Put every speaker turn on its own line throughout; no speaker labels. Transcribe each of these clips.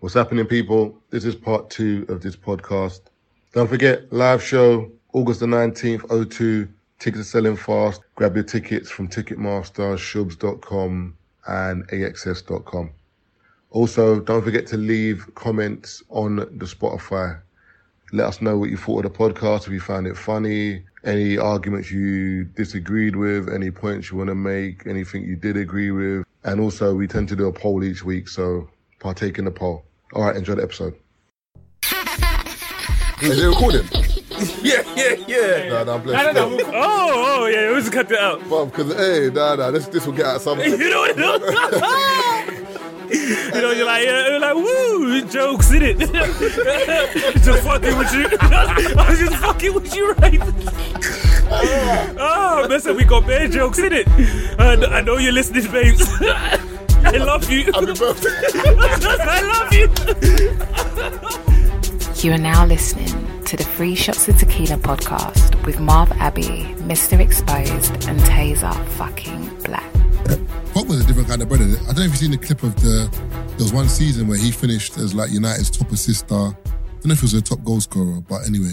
What's happening, people? This is part two of this podcast. Don't forget, live show, August the 19th, 02. Tickets are selling fast. Grab your tickets from Ticketmaster, shubs.com, and axs.com. Also, don't forget to leave comments on the Spotify. Let us know what you thought of the podcast, if you found it funny, any arguments you disagreed with, any points you want to make, anything you did agree with. And also, we tend to do a poll each week, so partake in the poll. All right, enjoy the episode. Is it recording?
Yeah, yeah, yeah.
Nah, nah, bless you.
Oh, oh, yeah, we just cut that out.
Bro, because, hey, nah, nah, this, this will get out some.
You know what You know, you're like, yeah, you're like, woo, jokes in it. just fucking with you. I was just fucking with you, right? oh, listen, we got bad jokes in it. And I know you're listening, babes. I love you.
Happy birthday.
I love you.
You are now listening to the Free Shots of Tequila podcast with Marv Abbey, Mr. Exposed, and Taser fucking Black.
Pop was a different kind of brother. I don't know if you've seen the clip of the. There was one season where he finished as like United's top assist star. I don't know if it was a top goal scorer, but anyway.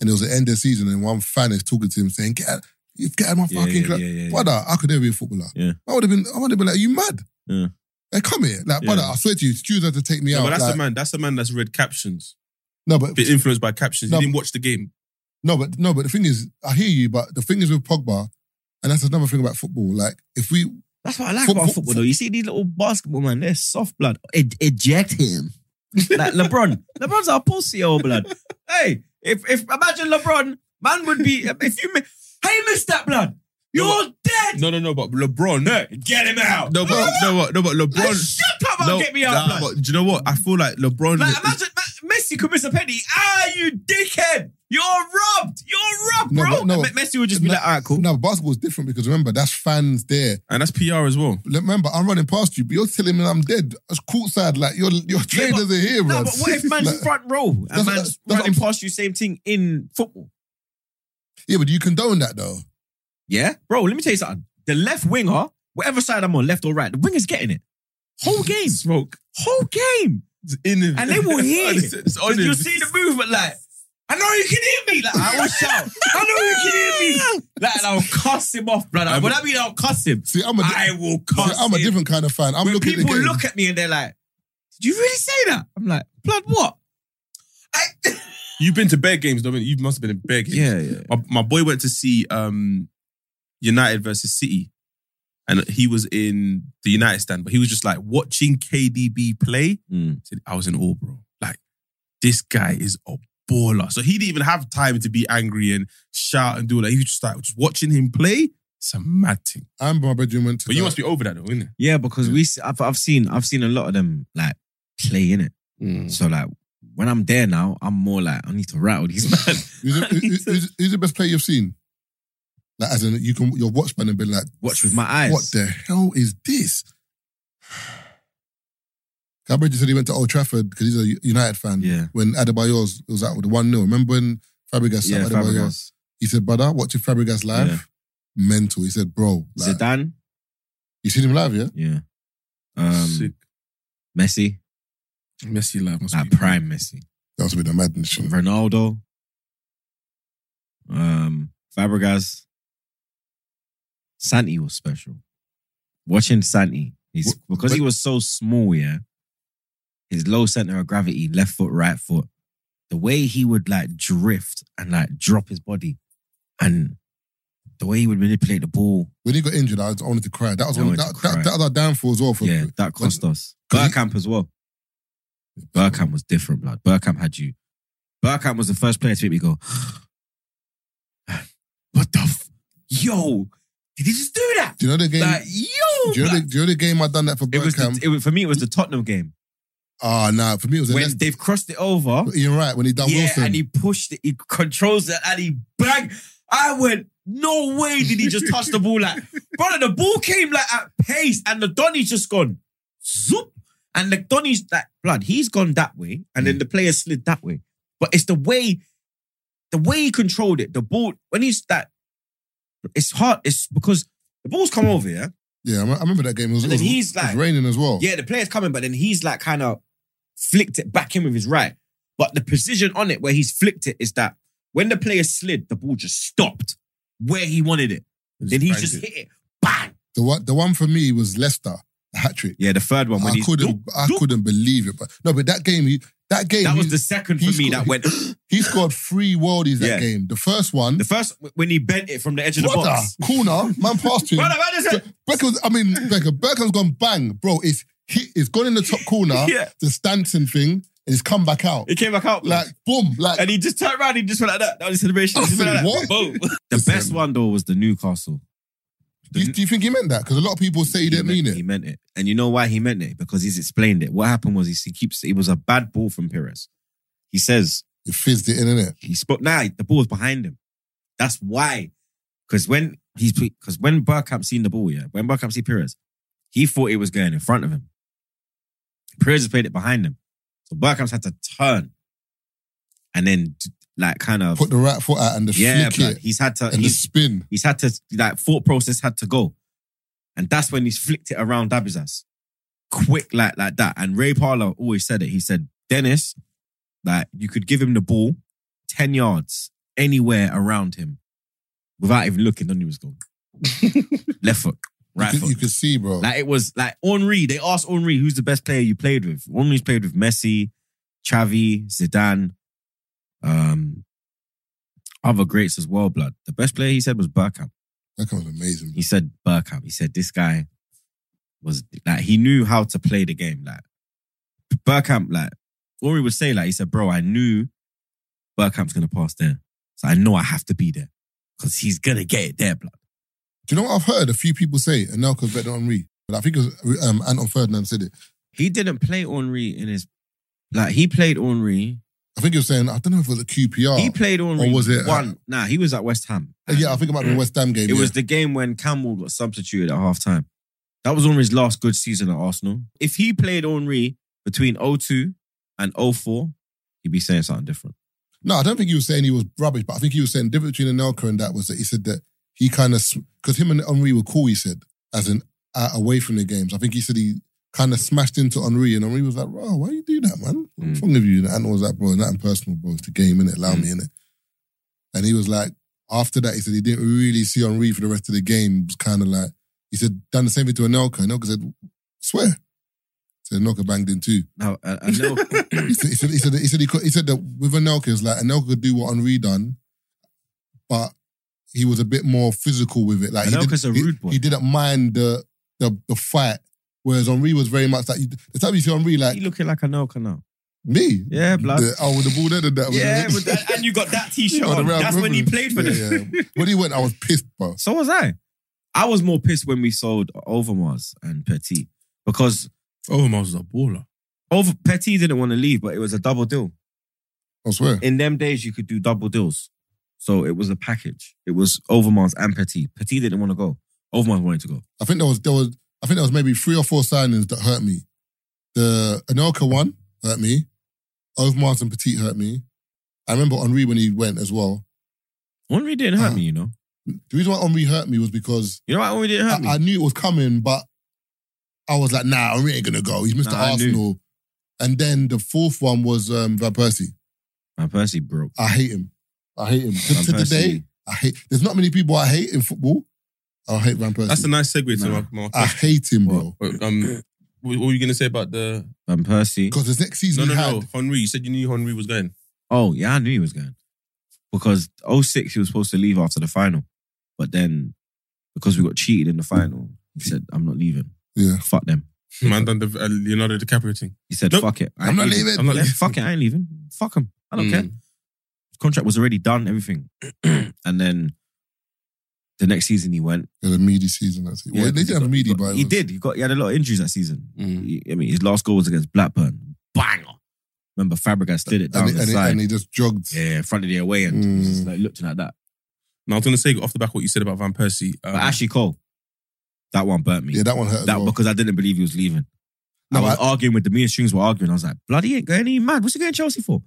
And it was the end of the season, and one fan is talking to him saying, "Get out, you get out of my
Yeah,
fucking
yeah,
club,
yeah, yeah, yeah.
brother! I could never be a footballer.
Yeah.
I would have been. I would have been like, you mad?
Yeah.
Like, come here, like, brother!
Yeah.
I swear to you, Stu's had to take me
No,
out.
but that's
like-
the man. That's the man that's read captions.
No, but
Been influenced by captions.
No.
He didn't watch the game.
No, but no, but the thing is, I hear you, but the thing is with Pogba, and that's another thing about football. Like, if we
That's what I like
Fo-
about
fo-
football,
fo-
though. You see these little basketball man, they're soft blood. Ej- eject him. like LeBron. LeBron's our pussy, old blood. hey, if if imagine LeBron, man would be if you mi- hey, Mister Blood, you're dead.
No, no, no. But LeBron. eh,
Get him out.
No, but no, what? No, but
Like,
LeBron.
shut up and
No,
get me out,
nah,
blood.
but do you know what? I feel like LeBron.
Like, imagine Ma- Messi could miss a penny. Ah, you dickhead. You're robbed. You're robbed,
No,
bro.
but no.
Me- Messi would just be
No,
like, all right, cool.
no, basketball's different because remember that's fans there.
and that's PR as well.
Remember, I'm running past you, but you're telling me I'm dead. That's courtside. Like your your traders are here, bro.
No, but what if man's
Like,
front row
That's-
and man's
that's what
running
I'm-
past you? Same thing in football.
yeah, but you condone that though.
Yeah, bro. Let me tell you something. The left winger, whatever side I'm on, left or right, the winger's getting it. Whole game,
Smoke.
whole game,
It's in him.
and they will hear.
It's- it's on
Because
him.
you see the movement, like I know you can hear me. Like I will shout. I know you can hear me. Like and I'll cuss him off, brother.
I'm-
When I mean I'll cuss him,
See, I'm a
I will
see,
cuss
I'm a
him.
different kind of fan. I'm
when
looking at the
people
game.
look at me and they're like, "Did you really say that?" I'm like, "Blood, what?" I-
You've been to bear games, Dominic. You must have been in bear games.
yeah.
My, my boy went to see um, United versus City, and he was in the United stand, but he was just like watching KDB play.
Mm.
Said, I was in awe, bro. Like this guy is a baller. So he didn't even have time to be angry and shout and do all that. He was just like just watching him play. It's a mad thing.
I remember my bedroom went to.
But you
the-
must be over that though, isn't
Yeah, because we s- I've, I've seen I've seen a lot of them like play in it.
Mm.
it?
So like when I'm there now, I'm more like I need to rattle these man.
Who's, the- who's- who's- who's the best player you've seen? Like, as in, you can your watchman and be like,
Watch with my eyes.
What the hell is this? Gabriel said he went to Old Trafford because he's a United fan.
Yeah.
When Adebayo's was out with the 1 0. Remember when Fabregas
Yeah,
sat Adebayo?
Fabregas.
He said, brother, watching Fabregas live,
Yeah.
mental. He said, bro, like,
Zidane.
you seen him live, yeah?
Yeah. Um, Messi.
Messi live must
Like
be
prime Messi.
That was a bit of madness. you know.
Ronaldo. Um, Fabregas. Santi was special. Watching Santi, he's
Wh-
because he
but-
was so small, yeah. His low center of gravity, left foot, right foot, the way he would like drift and like drop his body, and the way he would manipulate the ball,
When he got injured, I, was, I wanted to cry. That was
I
one,
wanted
that,
to
that,
cry.
that was our downfall as well. For
yeah, that cost us.
Cause he-
Burkamp as well. Burkamp was different, blood. Burkamp had you. Burkamp was the first player to make me go, what the f- Yo, did he just do that?
Do you know the game?
Like, yo,
do, you know the,
blood.
do you know the game I done that for
it was the,
Bergkamp?
it was, for me, it was the Tottenham game.
Ah, nah, for me it was a
When
Leicester-
they've crossed it over,
You're right, when he done
yeah,
Wilson.
and he pushed it, he controls it, and he bang. I went, no way did he just touch the ball like, brother. The ball came like at pace, and the Donny's just gone zoop, and the Donny's that blood. He's gone that way, and
Mm.
then the player slid that way. But it's the way, the way he controlled it. The ball when he's that, it's hard. It's because the ball's come over, yeah.
yeah, I remember that game. It was,
And
it
then
was-
he's
it was
like-
raining as well.
Yeah, the player's coming, but then he's like kind of flicked it back in with his right. But the precision on it where he's flicked it is that when the player slid, the ball just stopped where he wanted it. then he
banged
just
it.
hit it. Bang!
The one, the one for me was Leicester, the hat trick.
Yeah, the third one when
I
he
couldn't,
Doop,
I
doop.
couldn't believe it. But no, but that game, he, that game,
That was
he-
the second for
he's
me
got-
that went.
he scored three worldies that
Yeah.
game. The first one,
The first when he bent it from the edge of the
brother,
box.
corner, man passed to him.
Brother, man, I said-
Beckham's, I mean, Beckham, Beckham's gone bang, bro. It's he, it's gone in the top corner,
Yeah.
the Stanton thing, and it's come back out.
It came back out.
Like boom, like
and he just turned around, he just went like that. That was his celebration. He just went
I said,
like that. Boom. The
Listen.
best one though was the Newcastle.
do, you, do you think he meant that? Because a lot of people say he didn't
meant,
mean it.
He meant it. And you know why he meant it? Because he's explained it. What happened was he, he keeps it was a bad ball from Perez. He says
He fizzed it in, innit?
he spoke now the ball was behind him. That's why. Because when he's because when Burkamp seen the ball, yeah, when Burkamp see Perez, he thought it was going in front of him. Perez has played it behind him. So Burkamp's had to turn and then like kind of
Put the right foot out and the
yeah,
flick
blood.
it
he's had to
and the
he's
spin.
He's had to like thought process had to go, and that's when he's flicked it around Dabizas, quick like like that. And Ray Parlour always said it. He said Dennis, like you could give him the ball ten yards anywhere around him, without even looking, then he was gone. Left foot, right
you, could,
foot.
you could see, bro.
Like it was like Henri. They asked Henri who's the best player you played with. Henri's played with Messi, Xavi, Zidane, um, other greats as well. Blood. The best player he said was Burkamp.
that was amazing.
He said Burkamp. He said this guy was like he knew how to play the game. Like Burkamp, like Henri would say, like he said, bro, I knew Burkamp's gonna pass there, so I know I have to be there because he's gonna get it there, blood.
Do you know what I've heard? A few people say Anelka's better than Henri, but I think it was um, Anton Ferdinand said it.
He didn't play Henri in his like he played Henri.
I think he was saying I don't know if it was a QPR.
He played Henri.
Oh. Or was it, uh,
one? nah, he was at West Ham.
yeah, I think it might be a West Ham game.
It
yeah.
was the game when Campbell got substituted at half time. That was Henri's last good season at Arsenal. If he played Henri between 02 and 04, he'd be saying something different.
No, I don't think he was saying he was rubbish, but I think he was saying the difference between Anelka and that was that he said that he kind of because him and Henri were cool. He said as in uh, away from the games. I think he said he kind of smashed into Henri, and Henri was like, "Bro, why you do that, man? What's
Mm.
wrong with you?" And Anton was like, "Bro, it's nothing personal, bro. It's the game, innit? Allow
Mm.
me, innit?" And he was like, after that, he said he didn't really see Henri for the rest of the game. It was kind of like he said done the same thing to Anelka. Anelka said, "Swear." So Anelka banged in too.
Now, uh, I, I know.
He said, he said, he said, he said, he could, he said that with Anelka, it's like Anelka could do what Henri done, but he was a bit more physical with it. Like he
Anelka's
didn't-
a
he-
rude boy.
He didn't mind the the, the fight, whereas Henri was very much like the time you see Henri like
he looking like a Nelka now.
me.
Yeah, blood.
The- oh, with the ball there, and that.
Yeah, with that, and you got that T-shirt
Oh, the
on.
round
That's when he
robin.
played for
Yeah,
them.
yeah. when he went, I was pissed, bro.
So was I. I was more pissed when we sold Overmars and Petit because
Oh, man was a baller.
Over Petit didn't want to leave, but it was a double deal.
I swear.
In them days, you could do double deals, so it was a package. It was Overmars and Petit. Petit didn't want to go. Overmars wanted to go.
I think there was there was I think there was maybe three or four signings that hurt me. The Anelka one hurt me. Overmars and Petit hurt me. I remember Henri when he went as well.
Henri didn't hurt
Uh-huh.
me, you know.
The reason why Henri hurt me was because
You know why Henri didn't hurt me?
I, I knew it was coming, but I was like, nah, Henri ain't gonna go. He's Mr.
Nah, I knew.
Arsenal. And then the fourth one was um, Van Persie.
Man, Percy broke.
I hate him. I hate him.
Van
To, to today,
Persie.
I hate. There's not many people I hate in football. I hate Van Persie.
That's a nice segue to
Nah.
my, my
I hate him, Ah, bro.
Wait, um, what what were you gonna say about the?
Van Percy.
Because the next season
No, no,
he had,
no. Henri, you said you knew Henri was going.
Oh yeah, I knew he was going because 06 he was supposed to leave after the final, but then because we got cheated in the final, he said, "I'm not leaving.
yeah.
Fuck them."
Man done the uh, Leonardo DiCaprio thing.
He said,
Nope.
"Fuck it. I
I'm
ain't
not leaving.
I'm not
Yeah,
leaving.
fuck it. I ain't leaving. Fuck him. I don't
Mm.
care." contract was already done, everything. and then the next season he went.
He had a meaty season. That's it. well, they didn't have a meaty, but it
he
was-
did. He got he had a lot of injuries that season.
Mm.
He- I mean, his last goal was against Blackburn. Banger. Remember Fabregas did it down
And, he-
the
and, he-
side.
and he just jogged.
yeah, front of the away end.
Mm.
He's just, like looked like that.
Now I was gonna say off the back what you said about Van Persie. Um,
But Ashley Cole, that one burnt me.
Mm. Yeah, that one hurt. as
that
well.
because I didn't believe he was leaving.
No,
I was
I-
arguing with the me and strings were arguing. I was like, bloody ain't going any mad. What's he going to Chelsea for?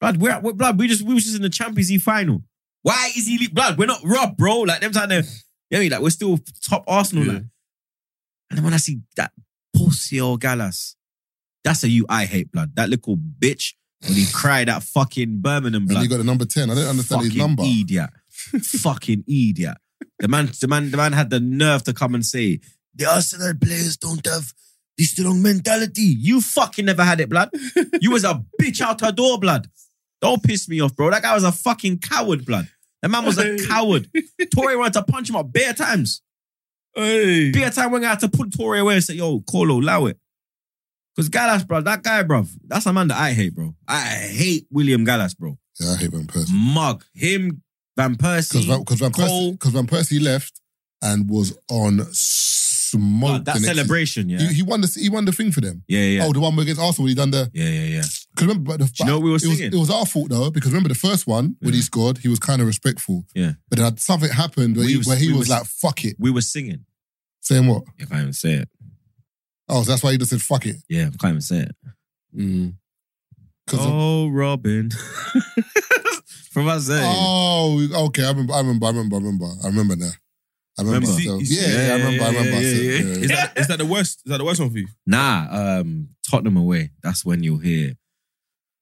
Blood, we're, we blood. We just we was just in the Champions League final. Why is he le- blood? We're not robbed, bro. Like them time there, you know what I mean? Like we're still top Arsenal.
Yeah.
Like. And then when I see that pussy old Gallas, That's a you I hate blood. That little bitch when he cried at fucking Birmingham
And
blood.
he got the number 10. I don't understand
fucking E.
his number.
idiot. fucking idiot. The man, the man, the man had the nerve to come and say the Arsenal players don't have this strong mentality. You fucking never had it, blood. You was a bitch out her door, blood. Don't piss me off, bro. That guy was a fucking coward, blood. That man was a coward. Torre wanted to punch him up bare times.
Hey.
Be a time when I had to put Torre away and say, yo, Colo, allow it. Because Gallas, bro, that guy, bro, that's a man that I hate, bro. I hate William Gallas, bro.
Yeah, I hate Van Persie.
Mug. Him, Van Persie.
Because Van, 'cause Van, Persie-
Cole.
'cause Van Persie left and was on smoke.
Blood, Oh, that
the next
celebration, yeah.
season. He, he, won the, he won the thing for them.
yeah, yeah.
Oh, the one against Arsenal, he done the.
Yeah, yeah, yeah.
Because remember, but the,
Do you know what we were
it was,
singing?
it was our fault though, because remember the first one when he
Yeah.
scored, he was kind of respectful.
Yeah.
But then something happened where
We
he,
was-
where he
we
was,
was-
like, "Fuck it,"
We were singing.
saying what?
I can't even say it.
Oh, so that's why he just said "fuck it."
Yeah, I can't even say it.
'Cause of-
Oh, Robin. From us eh? there.
oh, okay. I remember. I remember. I remember. I remember. I remember now. I remember.
Remember?
so-
You see-
yeah, yeah, I remember. I remember.
yeah,
so-
yeah, yeah.
yeah.
Is that is that the worst? Is that the worst one for you?
Nah, um, Tottenham away. That's when you'll hear.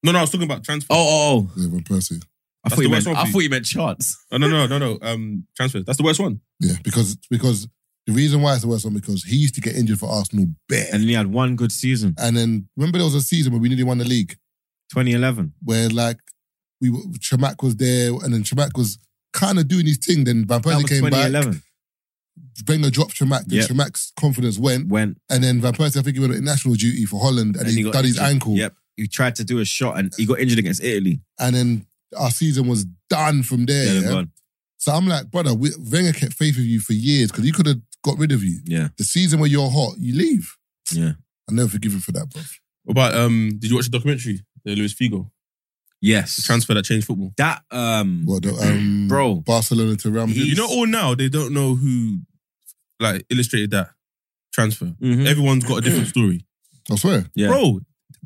No, no, I was talking about transfer.
Oh, oh, oh.
Yeah, Van Persie.
I,
That's
thought
the
you,
worst
meant,
one for
I
you.
thought you meant chance.
Oh, no, no, no, no. Um, transfers. That's the worst one.
Yeah, because because the reason why it's the worst one because he used to get injured for Arsenal bare.
And then he had one good season,
And then remember there was a season where we nearly won the league
2011.
where like we were, Chamac was there and then Chamac was kind of doing his thing. Then Van
That
Persie
was
came back.
2011.
Wenger dropped Chamac. Then
Yep.
Chamac's confidence went.
Went
And then Van Persie, I think he went on national duty for Holland and, he,
got
got his
injured.
ankle.
Yep, he tried to do a shot and he got injured against Italy.
And then our season was done from there.
Yeah,
yeah?
gone.
So I'm like, brother, we, Wenger kept faith with you for years because he could have got rid of you.
yeah.
The season where you're hot, you leave.
Yeah.
I'll never forgive him for that, bro.
What about um? Did you watch the documentary? The Luis Figo
Yes,
the transfer that changed football.
that um,
What, the, um,
Bro.
Barcelona to Real Madrid.
You know, all now they don't know who like illustrated that transfer.
mhm.
Everyone's got a different story,
I swear.
Yeah.
bro.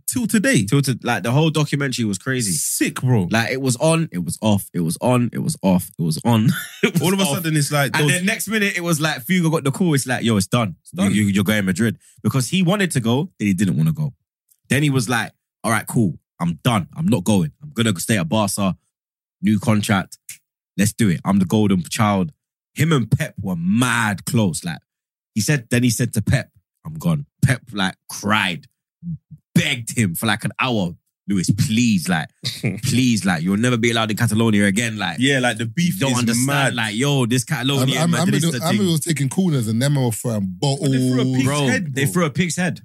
Till today,
tilted like the whole documentary was crazy.
sick, bro.
Like it was on, it was off, it was on, it was off, it was on. it was
all of a
off.
sudden, it's like
And
those-
then next minute, it was like Fugo got the call. It's like, yo, it's done.
done.
You, are going Madrid because he wanted to go, then he didn't want to go. Then he was like, all right, cool, I'm done. I'm not going. I'm gonna stay at Barca. New contract. Let's do it. I'm the golden child. Him and Pep were mad close. Like he said, then he said to Pep, "I'm gone." Pep like cried, begged him for like an hour. Lewis, please, like, please, like, you'll never be allowed in Catalonia again. Like,
yeah, like the
you
beef
don't
is
understand.
mad.
Like, yo, this
I,
Catalonia
I, I, remember,
Madridista
the- I remember he
thing.
was taking corners and Nemo were throwing bottles.
they threw a pig's
Bro,
head,
they
bro.
threw a pig's head.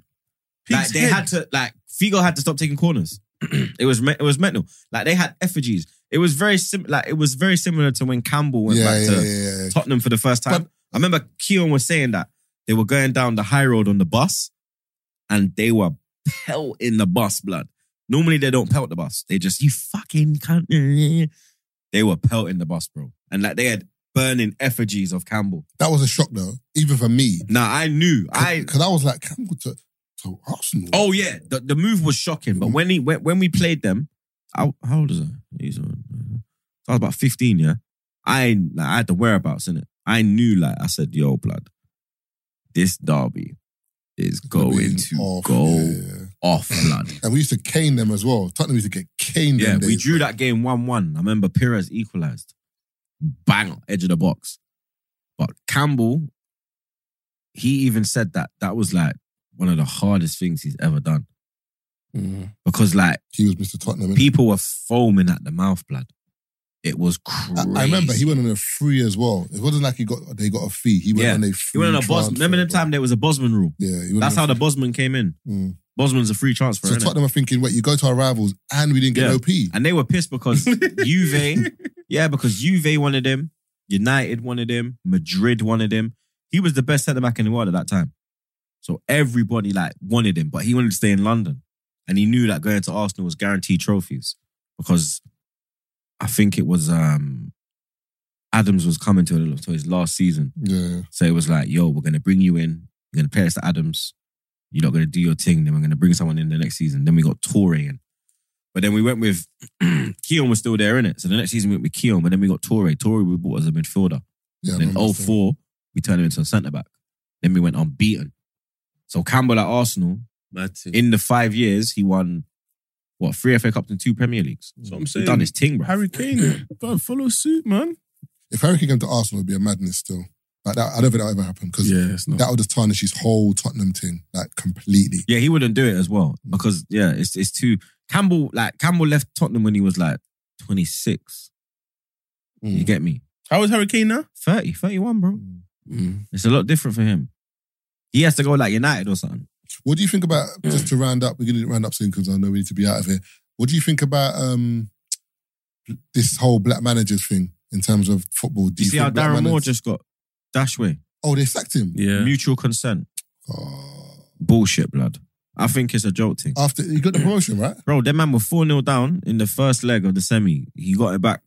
Pig's
like they
head.
had to, like Figo had to stop taking corners. it was me- it was mental. Like they had effigies. It was very similar. Like it was very similar to when Campbell went
yeah,
back
yeah,
to
yeah, yeah, yeah.
Tottenham for the first time.
But-
I remember Keon was saying that they were going down the high road on the bus, and they were pelting the bus blood. Normally they don't pelt the bus. They just you fucking cunt. They were pelting the bus, bro, and like they had burning effigies of Campbell.
That was a shock though, even for me.
Now I knew I
Because I, was like, Campbell to, to Arsenal.
Oh yeah, the, the move was shocking. But when he when, when we played them, I, how old is I? He's on. I was about fifteen. Yeah, I like, I had the whereabouts in it. I knew like I said, yo, blood, this derby is going
Being
to
off,
go
yeah.
off, blood.
And we used to cane them as well. Tottenham used to get caned.
yeah,
them
we
days.
drew that game one one. I remember Pires equalized, bang edge of the box. But Campbell, he even said that that was like one of the hardest things he's ever done because like.
Mm-hmm. He was Mr. Tottenham. innit?
People were foaming at the mouth, blood. It was crazy.
I, I remember he went on a free as well. It wasn't like he got they got a fee. He went
Yeah.
on a
He
free.
went on a
transfer,
Bos. Remember the
bro.
time there was a Bosman rule.
Yeah, he went
That's
on
how
a
the
free-
Bosman came in.
Mm.
Bosman's a free transfer,
So
innit?
Tottenham are thinking, wait, you go to our rivals and we didn't get
Yeah.
OP.
and they were pissed because Juve, yeah, because Juve wanted him, United wanted him, Madrid wanted him. He was the best centre back in the world at that time, so everybody like wanted him, but he wanted to stay in London, and he knew that going to Arsenal was guaranteed trophies because I think it was um Adams was coming to, to his last season.
Yeah,
So it was like, yo, we're gonna bring you in, we're gonna pay us to Adams, you're not gonna do your thing, then we're gonna bring someone in the next season. Then we got Torre in. But then we went with Keon was still there in it. So the next season we went with Keon, but then we got Torre. Torre we bought as a midfielder.
yeah. I
And then
remember still.
04, we turned him into a centre back. Then we went unbeaten. So Campbell at Arsenal
Mad thing.
In the five years, he won what three FA Cups and two Premier Leagues.
That's what I'm
He
saying.
done his thing, bro.
Harry Kane, bro, follow suit, man.
If Harry Kane came to Arsenal, it'd be a madness still. Like that, I don't think that'll ever happen because
Yeah, it's not.
that would just tarnish his whole Tottenham thing, like completely.
Yeah, he wouldn't do it as well because yeah, it's it's too Campbell. Like Campbell left Tottenham when he was like 26. You
Mm.
get me?
How is Harry Kane now?
30, 31, bro. It's a lot different for him. He has to go like United or something.
What do you think about just to round up? We're going to round up soon because I know we need to be out of here. What do you think about um, this whole black managers thing in terms of football? Do
You, see how
think black
Darren Moore
managers-
just got Dashway.
oh they sacked him.
Yeah.
Mutual consent.
Oh.
Bullshit, blood. I think it's a jolt thing.
After he got the promotion, right?
Bro, that man was 4 0 down in the first leg of the semi. He got it back,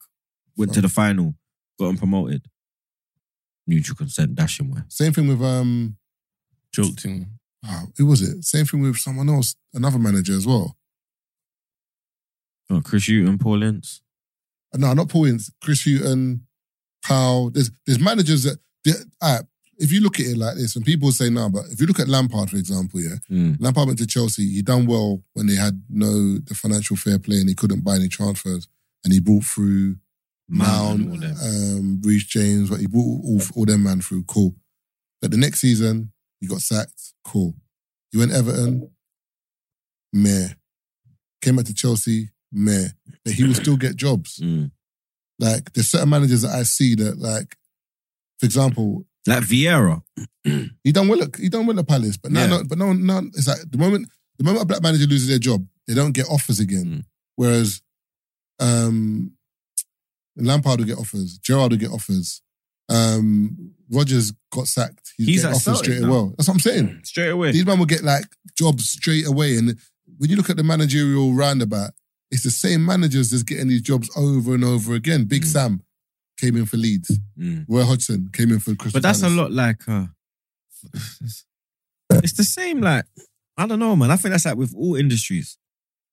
went to the final, got him promoted. Mutual consent, dashing way.
Same thing with um,
Joke thing.
oh, who was it? Same thing with someone else, another manager as well.
Oh, Chris Hutton, Paul Ince.
No, not Paul Ince, Chris Hutton, Powell. There's there's managers that they- all right, if you look at it like this, and people say no, but if you look at Lampard, for example, yeah,
Mm.
Lampard went to Chelsea. He done well when they had no the financial fair play and he couldn't buy any transfers, and he brought through
Mount and all
Mount,
them.
um, Reece James. But he brought all, all them man through. Cool. But the next season, he got sacked. Cool. He went Everton. Meh. Came back to Chelsea. Meh. But he will still get jobs.
Mm.
Like there's certain managers that I see that like, for example,
Like Vieira.
he done well. At, he done well at Palace, but now,
Yeah.
no, but no, no. It's like the moment the moment a black manager loses their job, they don't get offers again.
Mm.
Whereas, um, Lampard will get offers. Gerard will get offers. Um, Rogers got sacked. He's,
He's
getting
at
offers
Celtic
straight
now.
away. That's what I'm saying.
Straight away.
These men will get like jobs straight away, and when you look at the managerial roundabout, it's the same managers that's getting these jobs over and over again. Big
Mm.
Sam came in for Leeds.
Mm.
Roy Hodgson came in for Crystal
But that's a
Palace.
lot like uh it's the same like I don't know, man. I think that's like with all industries.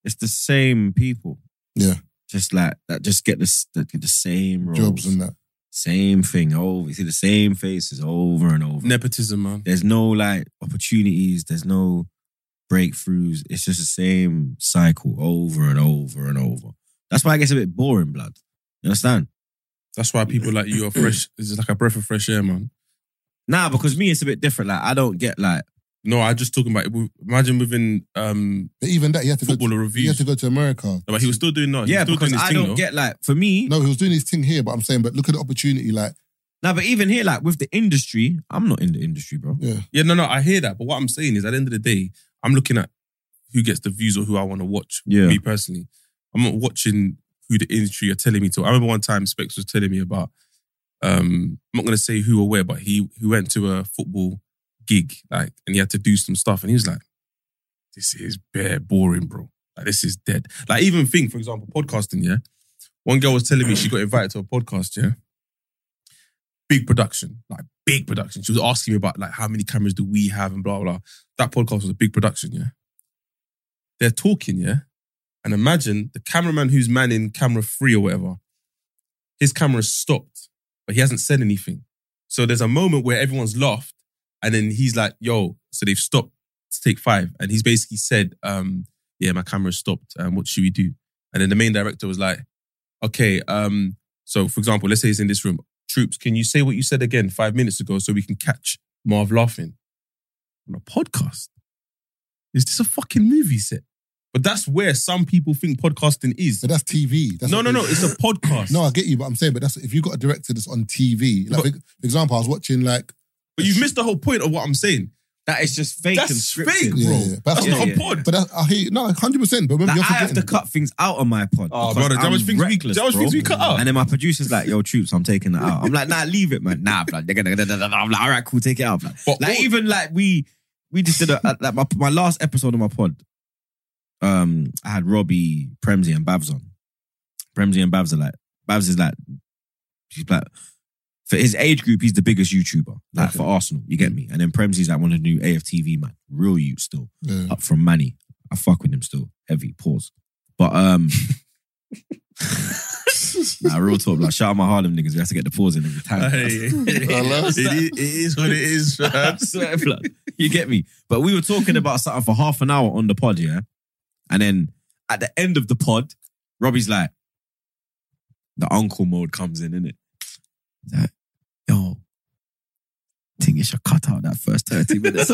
It's the same people.
Yeah.
Just like that just get this that get the same roles,
jobs and that.
same thing over. You see the same faces over and over.
Nepotism, man.
There's no like opportunities, there's no breakthroughs. It's just the same cycle over and over and over. That's why it gets a bit boring, blood. You understand?
That's why people like you are fresh. It's like a breath of fresh air, man.
Nah, because me it's a bit different. Like I don't get like
No, I just talking about it. Imagine within um
But even that, he had to go.
footballer
To, he had
reviews.
to go to America.
No, but he was still doing that. He
Yeah,
was Oh, still
because
doing his
I
thing,
don't
though.
get like for me. No.
No, he was doing his thing here, but I'm saying, but look at the opportunity. Like,
but even here, like with the industry, I'm not in the industry, bro.
yeah,
Yeah, no, no, I hear that. But what I'm saying is, at the end of the day, I'm looking at who gets the views or who I want to watch.
Yeah.
Me personally, I'm not watching who the industry are telling me to. I remember one time Specs was telling me about. Um, I'm not gonna say who or where, but he he went to a football gig like, and he had to do some stuff, and he was like, "This is bare boring, bro. Like, this is dead. Like, even think for example, podcasting. Yeah, one girl was telling me she got invited to a podcast. Yeah, big production, like big production. She was asking me about like how many cameras do we have and blah blah. That podcast was a big production, yeah. They're talking, yeah, and imagine the cameraman who's manning camera three or whatever. His camera's stopped, but he hasn't said anything. So there's a moment where everyone's laughed, and then he's like, "Yo," so they've stopped to take five, and he's basically said, um, "Yeah, my camera's stopped. Um, what should we do?" And then the main director was like, "Okay, um, so for example, let's say he's in this room troops, can you say what you said again five minutes ago so we can catch Marv laughing on a podcast? Is this a fucking movie set? But that's where some people think podcasting is.
but that's TV. That's
No,
what
no,
it
no,
is.
it's a podcast.
No, I get you, but I'm saying, but that's if you got a director that's on TV. Like,
But-
for example, I was watching like,
but you've missed the whole point of what I'm saying.
That is just fake and
That's
scripted.
fake, bro.
Yeah, yeah, yeah.
That's
But that's-
not
yeah,
a
yeah.
pod.
but that, I hear you. no, hundred percent. But
Like, I
remember, you're
have
forgetting.
to cut things out of my pod.
Oh,
because
brother, how much
I'm
things we-
reckless,
how much
bro.
things we cut out?
And then my producer's like, "Yo, troops, I'm taking that out." I'm like, "Nah, leave it, man. Nah, blood. They're gonna." I'm like, "All right, cool, take it out." blood."
But
like
all-
even like we we just did a, like my my last episode of my pod. Um, I had Robbie, Premzi, and Babs on. Premzi and Babs are like Babs is like he's like for his age group, he's the biggest YouTuber like for Arsenal. You get me? And then Premzi's like one of the new AFTV man, real youth still
Yeah.
up from Manny. I fuck with him still heavy. Pause. But um, Nah, real talk. Like, shout out my Harlem niggas. We have to get the pause in every time.
it, is, it is what it is,
I
fam.
swear, blood. Um, You get me? But we were talking about something for half an hour on the pod, yeah? And then at the end of the pod, Robbie's like, the uncle mode comes in, innit? He's Like, yo, thing is, I cut out that first 30 minutes.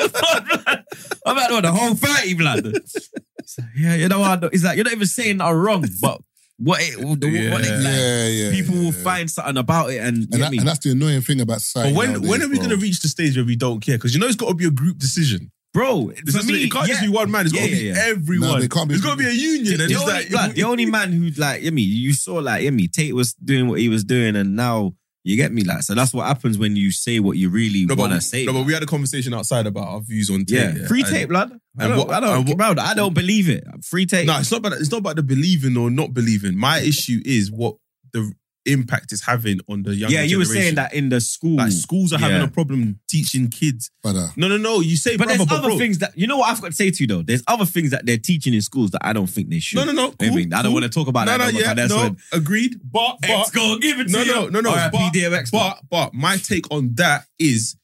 I'm out on the whole 30, blood. He's like, yeah, you know what? He's like, you're not even saying that wrong, but what it, what it like,
yeah, yeah.
people
yeah,
will
yeah.
find something about it. And, you
And,
get
that,
me?
and that's the annoying thing about
But
site.
when
nowadays,
when are we
bro.
going to reach the stage where we don't care? Because you know it's got to be a group decision.
bro,
It's
for
just-
me,
it can't just
yeah.
be one man. It's
Yeah,
got to
yeah,
be
yeah.
everyone.
No, they can't be-
It's got to be a union. And
the,
it's
only,
like,
blood, the only man who'd like, I mean, you saw like, I mean, Tate was doing what he was doing, and now you get me, like, so that's what happens when you say what you really
no,
want to
but,
say.
no, but we had a conversation outside about our views on tape.
yeah. free
and-
Tate, blood. I
and
don't,
what-
I don't,
and what-
bro, I don't believe it. Free Tate.
No, it's not about it's not about the believing or not believing. My issue is what the impact is having on the young.
yeah, you were saying that in the school,
Like schools are having
Yeah.
a problem teaching kids.
Brother,
No, no, no. You say,
but
brother,
there's
but
other
bro,
things that you know what I've got to say to you though. There's other things that they're teaching in schools that I don't think they should.
No, no, no.
I, mean,
cool,
I don't
cool.
want to talk about
No,
that.
no,
because
yeah,
that's
no.
when-
Agreed. But, but
X gonna give it to
no,
you.
no, no, no.
RIP
but-
DMX,
But, but my take on that is,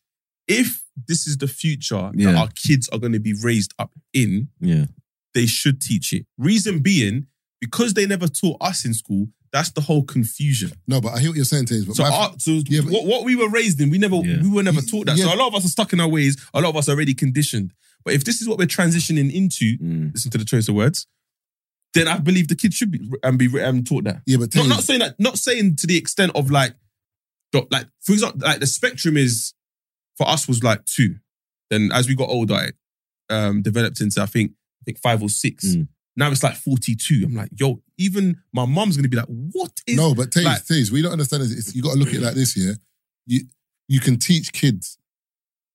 if this is the future that
Yeah.
our kids are going to be raised up in,
yeah,
they should teach it. Reason being, because they never taught us in school. That's the whole confusion.
no, but I hear what you're saying, Taze. But
So,
my-
our, so
Yeah, but-
what, what we were raised in, we never,
Yeah.
we were never taught that.
Yeah.
So a lot of us are stuck in our ways. A lot of us are already conditioned. But if this is what we're transitioning into,
Mm.
listen to the choice of words. Then I believe the kids should be and be um, taught that.
yeah, but
Not,
Taze-
not saying that. Not saying to the extent of like, not- like for example, like the spectrum is for us was like two. Then as we got older, it um, developed into I think I think five or six.
Mm.
Now it's like forty two. I'm like, yo, even my mom's gonna be like, what is?
no, but Taze,
like-
Taze, we don't understand this. It's, you got to look at it like this, yeah? You, you can teach kids.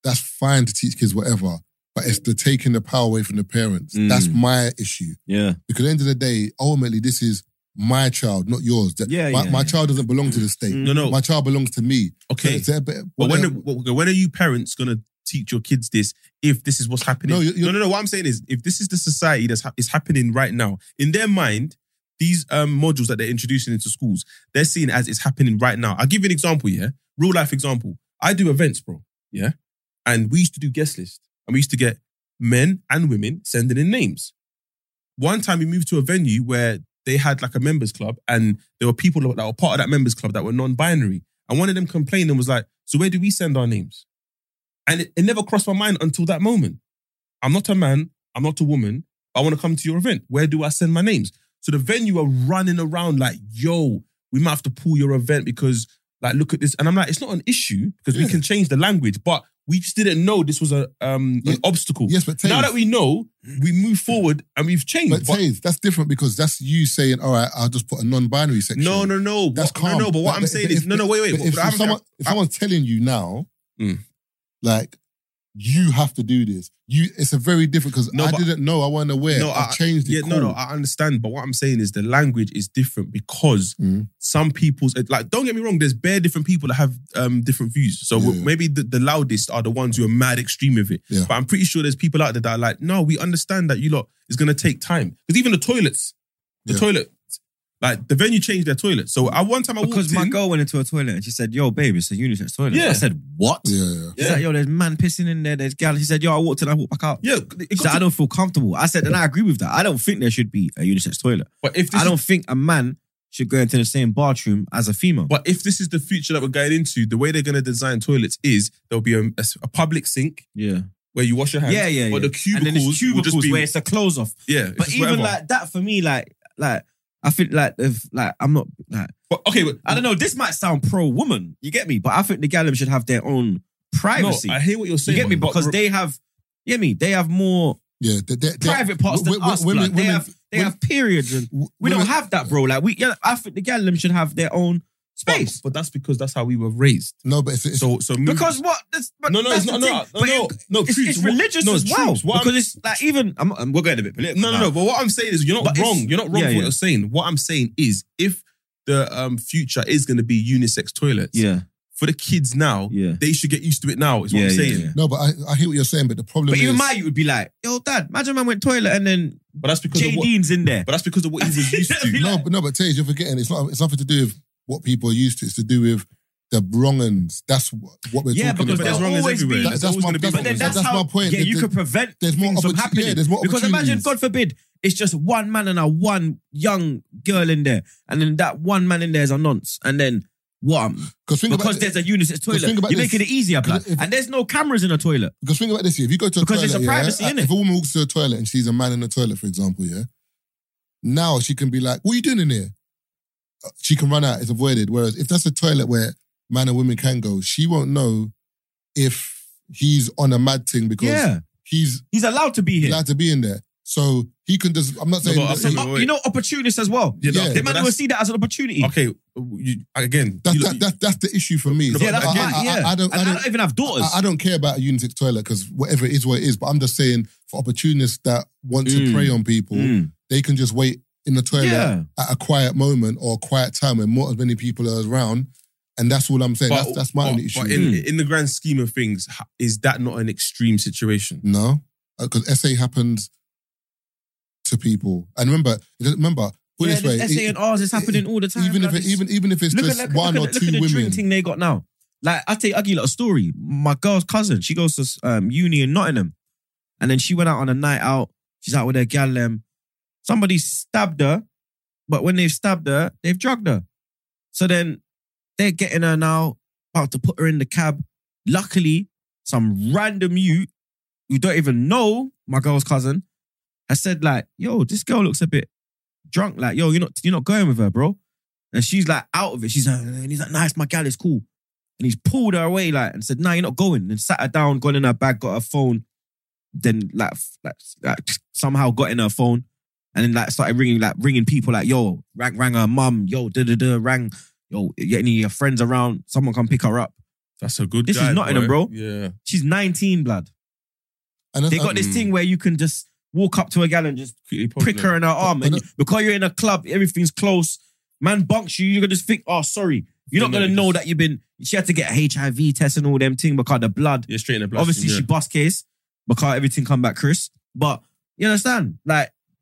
That's fine to teach kids whatever, but it's the taking the power away from the parents.
Mm.
That's my issue.
yeah,
Because at the end of the day, ultimately, this is my child, not yours. That-
Yeah,
my,
yeah,
my
yeah.
child doesn't belong to the state.
no, no.
My child belongs to me. So
okay,
it's their be-
But when,
whatever.
when when are you parents gonna teach your kids this if this is what's happening?
No,
No,
you- you-
no, no, What I'm saying is if this is the society that's ha- is happening right now in their mind, these um, modules that they're introducing into schools, they're seen as it's happening right now. I'll give you an example. Yeah, real life example. I do events, bro. Yeah, and we used to do guest list, and we used to get men and women sending in names. One time we moved to a venue where they had like a members club, and there were people that were part of that members club that were non-binary. And one of them complained and was like, "So where do we send our names?" And it, it never crossed my mind until that moment. I'm not a man. I'm not a woman. I want to come to your event. Where do I send my names? So the venue are running around like, "Yo, we might have to pull your event because like look at this." And I'm like, "It's not an issue because
Yeah.
we can change the language, but." We just didn't know this was a um,
Yeah.
an obstacle.
Yes, but Taze,
Now that we know, we move forward and we've changed.
but
But
Taze, that's different because that's you saying, all right, I'll just put a non-binary section.
no, no, no.
That's
What-
calm.
No, no. But what
But-
I'm
but-
saying
but
is,
if-
no, no. Wait, wait.
But
but
if,
I'm-
if, someone, if someone's telling you now,
Mm.
like, you have to do this, you it's a very different because
No,
I
but-
didn't know, I wasn't aware.
No,
I've
I-
changed it.
yeah, no, no. I understand. But what I'm saying is the language is different because
Mm.
some people's like. Don't get me wrong. There's bare different people that have um different views. So
Yeah.
maybe the, the loudest are the ones who are mad extreme with it.
Yeah.
But I'm pretty sure there's people out there that are like, no, we understand that you lot is gonna take time because even the toilets, the
Yeah.
toilet, like the venue changed their toilet. So I one time I
because
walked
my
in,
girl went into a toilet and she said, "Yo, babe, it's a unisex toilet."
Yeah.
I said, "What?"
yeah, yeah.
He's
Yeah.
like, yo, there's man pissing in there. There's gal. He said, yo, I walked in, I walked back out.
yeah,
He
it
said,
got
I
to,
don't feel comfortable. I said, and I agree with that. I don't think there should be a unisex toilet.
but if this
I
is
don't think a man should go into the same bathroom as a female.
But if this is the future that we're going into, the way they're going to design toilets is there'll be a, a s- a public sink
yeah,
where you wash your hands.
yeah, yeah, yeah.
But the
and
cubicles,
then it's
will
cubicles
just be,
where it's a close off.
yeah. it's
But
just
even
whatever.
like that for me, like, like I think like if like I'm not like
but, okay, but
I don't know. This might sound pro woman. You get me? But I think the gallery should have their own privacy.
No, I hear what you're
you
saying.
get me?
but-
Because
but-
they have. You get me? They have more
Yeah, they- they- they-
private parts than
w- w-
us. blood.
women-
they
women-
have they
women-
have periods and we don't
women-
have that, bro. Like we, yeah, I think the Gallim should have their own
but-
space
But that's because that's how we were raised.
No, but it's, it's
So, so
because what? That's, but
no, no,
that's
it's
the
not.
thing.
No, no,
But
no,
it-
no.
it's,
truth.
it's
What-
religious
no,
as
it's
well
truth. What I'm-
because it's like even I'm, I'm, we're going a bit political.
No, no,
now.
no. But what I'm saying is, you're not
But it's-
wrong. You're not wrong
yeah,
for what
yeah.
you're saying. What I'm saying is, if the um, future is going to be unisex toilets,
Yeah,
for the kids now,
Yeah.
they should get used to it now, is what
Yeah,
I'm
yeah,
saying.
yeah.
No, but I, I hear what you're saying, but the problem
But
is
even my you would be like, yo, dad, imagine man went toilet and then
But that's because of what
JD's in there.
but that's because of what he was used to.
no, but no, but Tage, you're forgetting. It's not. It's nothing to do with what people are used to. It's to do with the wrongins. That's what, what we're
Yeah,
talking
because
But
about.
there's
they'll
wrong
always
everywhere.
be-
There's
That's
always
my-
going to be
that's-
But
wrong.
then that's,
That's
how,
my point.
Yeah, you
There-
could prevent
there's more
things from
opportu- yeah,
happening.
there's more
because imagine,
opportunities.
God forbid, it's just one man and a one young girl in there, and then that one man in there is a nonce, and then what?
Because think
Because
about this,
there's a unisex toilet.
think
You're
about
making
this.
it easier, blood.
Because if-
And there's no cameras in a toilet.
because think about this. Here. If you go to a
Because
toilet,
there's a
yeah,
privacy,
uh,
innit?
If a woman walks to a toilet and sees a man in the toilet, for example, yeah, now she can be like, "What are you doing in here?" Uh, She can run out. It's avoided. Whereas if that's a toilet where man and women can go, she won't know if he's on a mad thing because
Yeah,
he's
he's allowed to be here.
allowed to be in there. So he can just. I'm not
No,
saying.
but I
that
think-
he-
Oh, you know, opportunists as well.
Yeah, no,
Yeah.
okay,
They
but
might will
that's-
see that as an opportunity.
Okay, uh, you, again,
That's,
you-
that, that, that's the issue for me.
No,
Yeah, that's
But
fine.
again,
I,
yeah,
I, I don't,
And
I don't,
even have daughters.
I, I don't care about a unisex toilet because whatever it is, what it is. But I'm just saying for opportunists that want to
Mm.
prey on people,
Mm.
they can just wait in the toilet
Yeah.
at a quiet moment or a quiet time when not as many people are around. And that's all I'm saying. that's that's my
but-
only issue.
But in,
Hmm.
in the grand scheme of things, h- is that not an extreme situation?
no, because SA happens to people. And remember, it doesn't- remember, put
yeah,
it this way.
SA
it-
and R's is happening all the time.
even if
blood.
it, even even if it's
look
just
at, look,
one
look
or
at, the-
two
look at the
women,
drink thing they got now. Like I take I give you like a story. My girl's cousin, she goes to um, uni in Nottingham, and then she went out on a night out. She's out with her gal. Um, somebody stabbed her, but when they've stabbed her, they've drugged her. So then they're getting her now, about to put her in the cab. Luckily, some random you who don't even know my girl's cousin has said like, "Yo, this girl looks a bit drunk. Like, yo, you're not you're not going with her, bro." And she's like out of it. She's like, and he's like, nah, it's my gal, it's cool. And he's pulled her away, like, and said, nah, you're not going. And sat her down, gone in her bag, got her phone. Then like, f- like, s- like somehow got in her phone, and then like started ringing, like ringing people, like, yo, rang, rang her mum, yo, da da da, rang, yo, get any of your friends around? Someone come pick her up.
That's a good.
This is
guide,
Nottingham,
boy.
bro.
Yeah,
She's 19, blood.
and that's-
They got this thing where you can just walk up to a gal and just prick her in her arm. And
But-
you- because you're in a club, everything's close. Man bunks you, you're gonna just think, oh, sorry. You're not
Then
gonna
maybe
know
just-
that you've been. She had to get HIV test and all them thing because the blood.
Yeah, straight in the blood.
Obviously, she bust case because everything come back, Chris. But you understand, like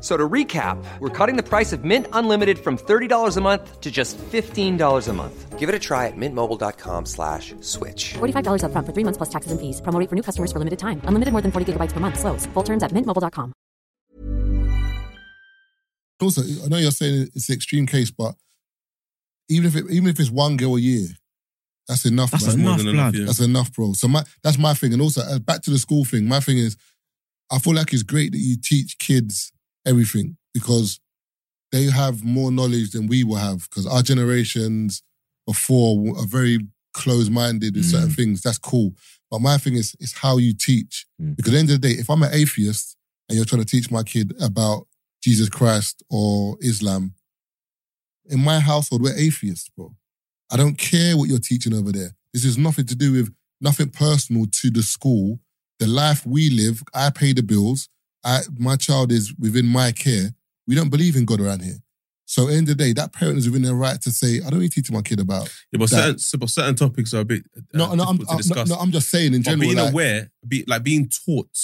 So to recap, we're cutting the price of Mint Unlimited from $30 a month to just $15 a month. Give it a try at mintmobile.com slash switch.
$45 upfront for three months plus taxes and fees. Promo rate for new customers for limited time. Unlimited more than 40 gigabytes per month. Slows. Full terms at mintmobile.com.
also, I know you're saying it's an extreme case, but even if it, even if it's one girl a year, that's enough.
that's
man.
more
enough,
than
blood.
enough, yeah.
That's enough, bro. So my that's my thing, and also uh, back to the school thing. My thing is, I feel like it's great that you teach kids everything because they have more knowledge than we will have because our generations before were- are very closed-minded with certain things. That's cool, but my thing is, it's how you teach.
Mm.
Because at the end of the day, if I'm an atheist and you're trying to teach my kid about Jesus Christ or Islam, in my household, we're atheists, bro. I don't care what you're teaching over there. This is nothing to do with nothing personal to the school. The life we live, I pay the bills. I, my child is within my care. We don't believe in God around here. So, at the end of the day, that parent is within their right to say, I don't need to teach my kid about.
Yeah, but
That-
certain, so- but certain topics are a bit uh,
No, no, I'm,
difficult to
I'm, no,
discuss.
no, I'm just saying in
But
general.
being
like,
aware, be, like being taught.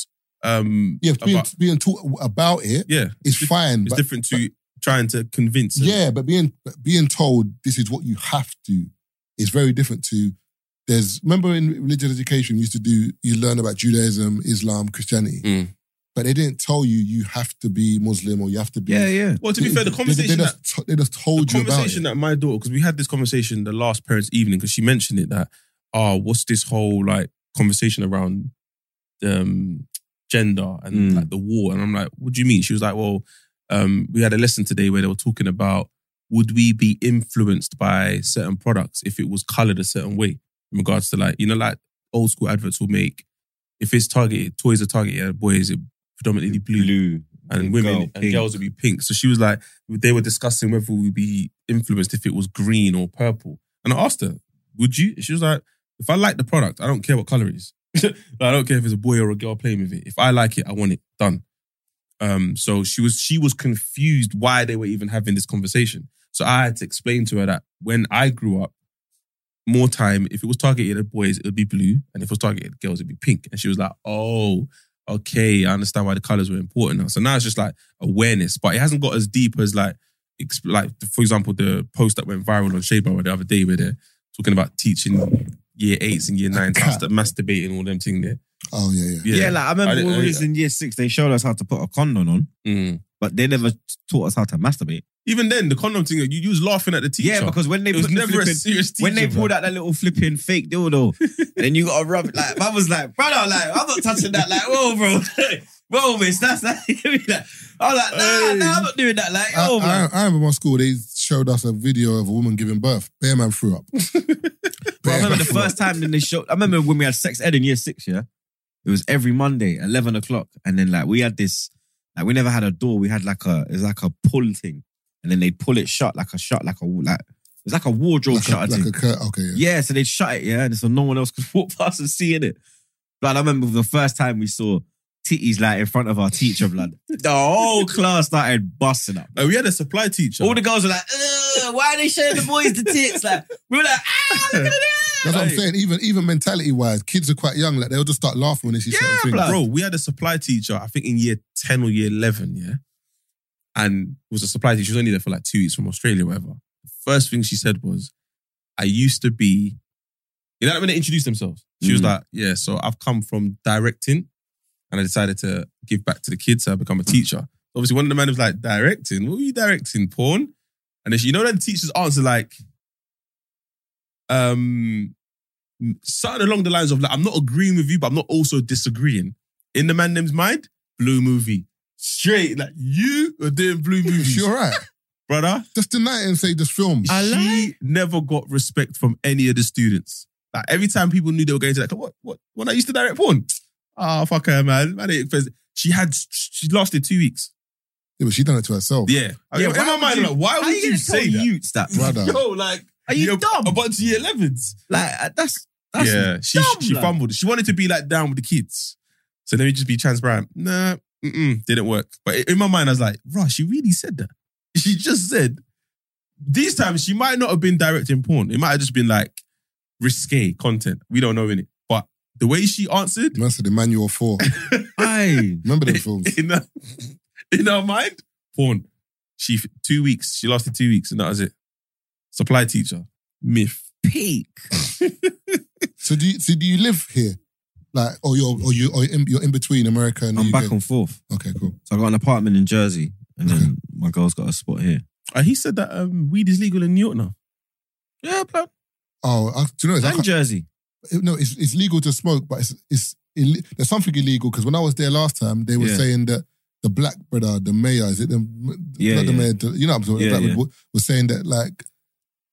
Um,
yeah, being,
about-
being taught about it
yeah,
is
diff-
fine.
It's
but-
different to trying to convince. and-
Yeah, but being but being told this is what you have to is very different to there's remember in religious education you used to do you learn about Judaism, Islam, Christianity.
Mm.
But they didn't tell you you have to be Muslim or you have to be
Yeah, yeah.
Well, to be
They-
fair, the
they-
conversation
they,
that
just, to- they just told
the
you about
conversation
it.
that my daughter because we had this conversation the last parents evening because she mentioned it that oh what's this whole like conversation around um gender and
Mm.
like the war and I'm like what do you mean she was like well um we had a lesson today where they were talking about would we be influenced by certain products if it was colored a certain way in regards to like you know like old school adverts will make if it's targeted toys are targeted at boys it predominantly blue, and
Big
women
girl,
and
pink.
girls would be pink. So she was like, they were discussing whether we'd be influenced if it was green or purple. And I asked her, would you? She was like, if I like the product, I don't care what color it is. Like, I don't care if it's a boy or a girl playing with it. If I like it, I want it done. Um, so she was she was confused why they were even having this conversation. So I had to explain to her that when I grew up, more time, if it was targeted at boys, it would be blue, and if it was targeted at girls, it'd be pink. And she was like, "Oh, okay, I understand why the colors were important now." So now it's just like awareness, but it hasn't got as deep as like, ex- like for example, the post that went viral on Shade Bar the other day where they're talking about teaching year eights and year nines how to masturbate and all them thing there.
Oh yeah, yeah.
Yeah, like I remember
I didn't-
when we
I-
was in year six, they showed us how to put a condom on,
Mm.
but they never taught us how to masturbate.
Even then, the condom thing, you, you was laughing at the teacher.
Yeah, because when they
it was
put the
never a
flipping-
serious teacher.
when they
bro.
pulled out that little flipping fake dildo, and then you gotta rub it. Like I was like, brother, like I'm not touching that. Like, whoa, bro, whoa, miss, that's that. I'm like, nah, nah, I'm not doing that. Like,
I,
oh,
I,
man.
I remember my school. They showed us a video of a woman giving birth. Bear man threw up.
Bro, I
Bear
remember
man
the
threw up.
first time then they showed. I remember when we had sex ed in year six. Yeah, it was every Monday, eleven o'clock, and then like we had this. Like we never had a door. We had like a it was like a pull thing, and then they would pull it shut like a shut like a like it was like a wardrobe
like,
shutter
a,
thing.
like a cur- okay. Yeah.
Yeah, so they'd shut it, yeah, and so no one else could walk past and see in it. Blood, I remember the first time we saw titties like in front of our teacher, blood. The whole class started busting up.
Like, Oh, we had a supply teacher.
All the girls were like, Ugh, why are they showing the boys the tits? Like, we were like, ah, look at that.
That's what I'm
Hey.
saying. Even even mentality wise, kids are quite young. Like they'll just start laughing when they see certain
Yeah,
things.
blood.
bro, we had a supply teacher, I think in year 10 or year 11, yeah? And it was a supply teacher. She was only there for like two weeks from Australia or whatever. The first thing she said was, I used to be, you know, when they introduced themselves, she was
Mm.
like, yeah, so I've come from directing and I decided to give back to the kids. So I become a teacher. Obviously, one of the men was like, directing? What were you directing? Porn? And then she, you know, then the teacher's answer like, um, something along the lines of like, I'm not agreeing with you, but I'm not also disagreeing. In the man name's mind, blue movie. Straight, like you are doing blue movies,
She all right.
brother.
Just deny it and say just film.
she never got respect from any of the students. Like every time people knew they were going to like, what, what, when I used to direct porn? Ah, fuck her, man. Man, it- she had, she lasted two weeks.
Yeah, but she done it to herself.
Yeah, yeah. In
why
my
would
mind,
you-
like, why
How
would
you
you,
gonna
say
tell
that?
youths that?
Brother.
Yo, like,
Are you
you're
dumb?
A bunch of year 11s.
Like, uh, that's, that's
yeah, she
dumb,
she
lad.
fumbled. She wanted to be like down with the kids. So let me just be transparent. Nah, mm-mm, didn't work. But in my mind, I was like, "Bruh, she really said that. She just said these times she might not have been directing porn. It might have just been like risque content. We don't know in it. But the way she answered
Man said Emmanuel Four.
Aye.
Remember them films?
in her, in her mind, porn. She two weeks. She lasted two weeks, and that was it. Supply teacher myth.
peak.
So do you, so do you live here? Like, or you're or you or you're in, you're in between America and
I'm
the
back
UK?
and forth.
Okay, cool.
So I got an apartment in Jersey, and then my girl's got a spot here.
Uh, he said that um, weed is legal in New York now. Yeah, blood.
Oh, I, do you know? It's, I
And
can't-
Jersey.
no, it's it's legal to smoke, but it's it's Ill- there's something illegal because when I was there last time, they were
Yeah.
saying that the black brother, the mayor, is it the
Yeah,
not the
yeah.
mayor? The, you know, what I'm talking
Yeah,
about.
yeah.
was saying that like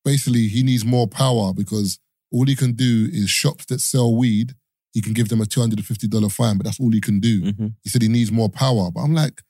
basically he needs more power because all he can do is shops that sell weed. He can give them a two hundred and fifty dollar fine, but that's all he can do.
Mm-hmm.
He said he needs more power, but I'm like,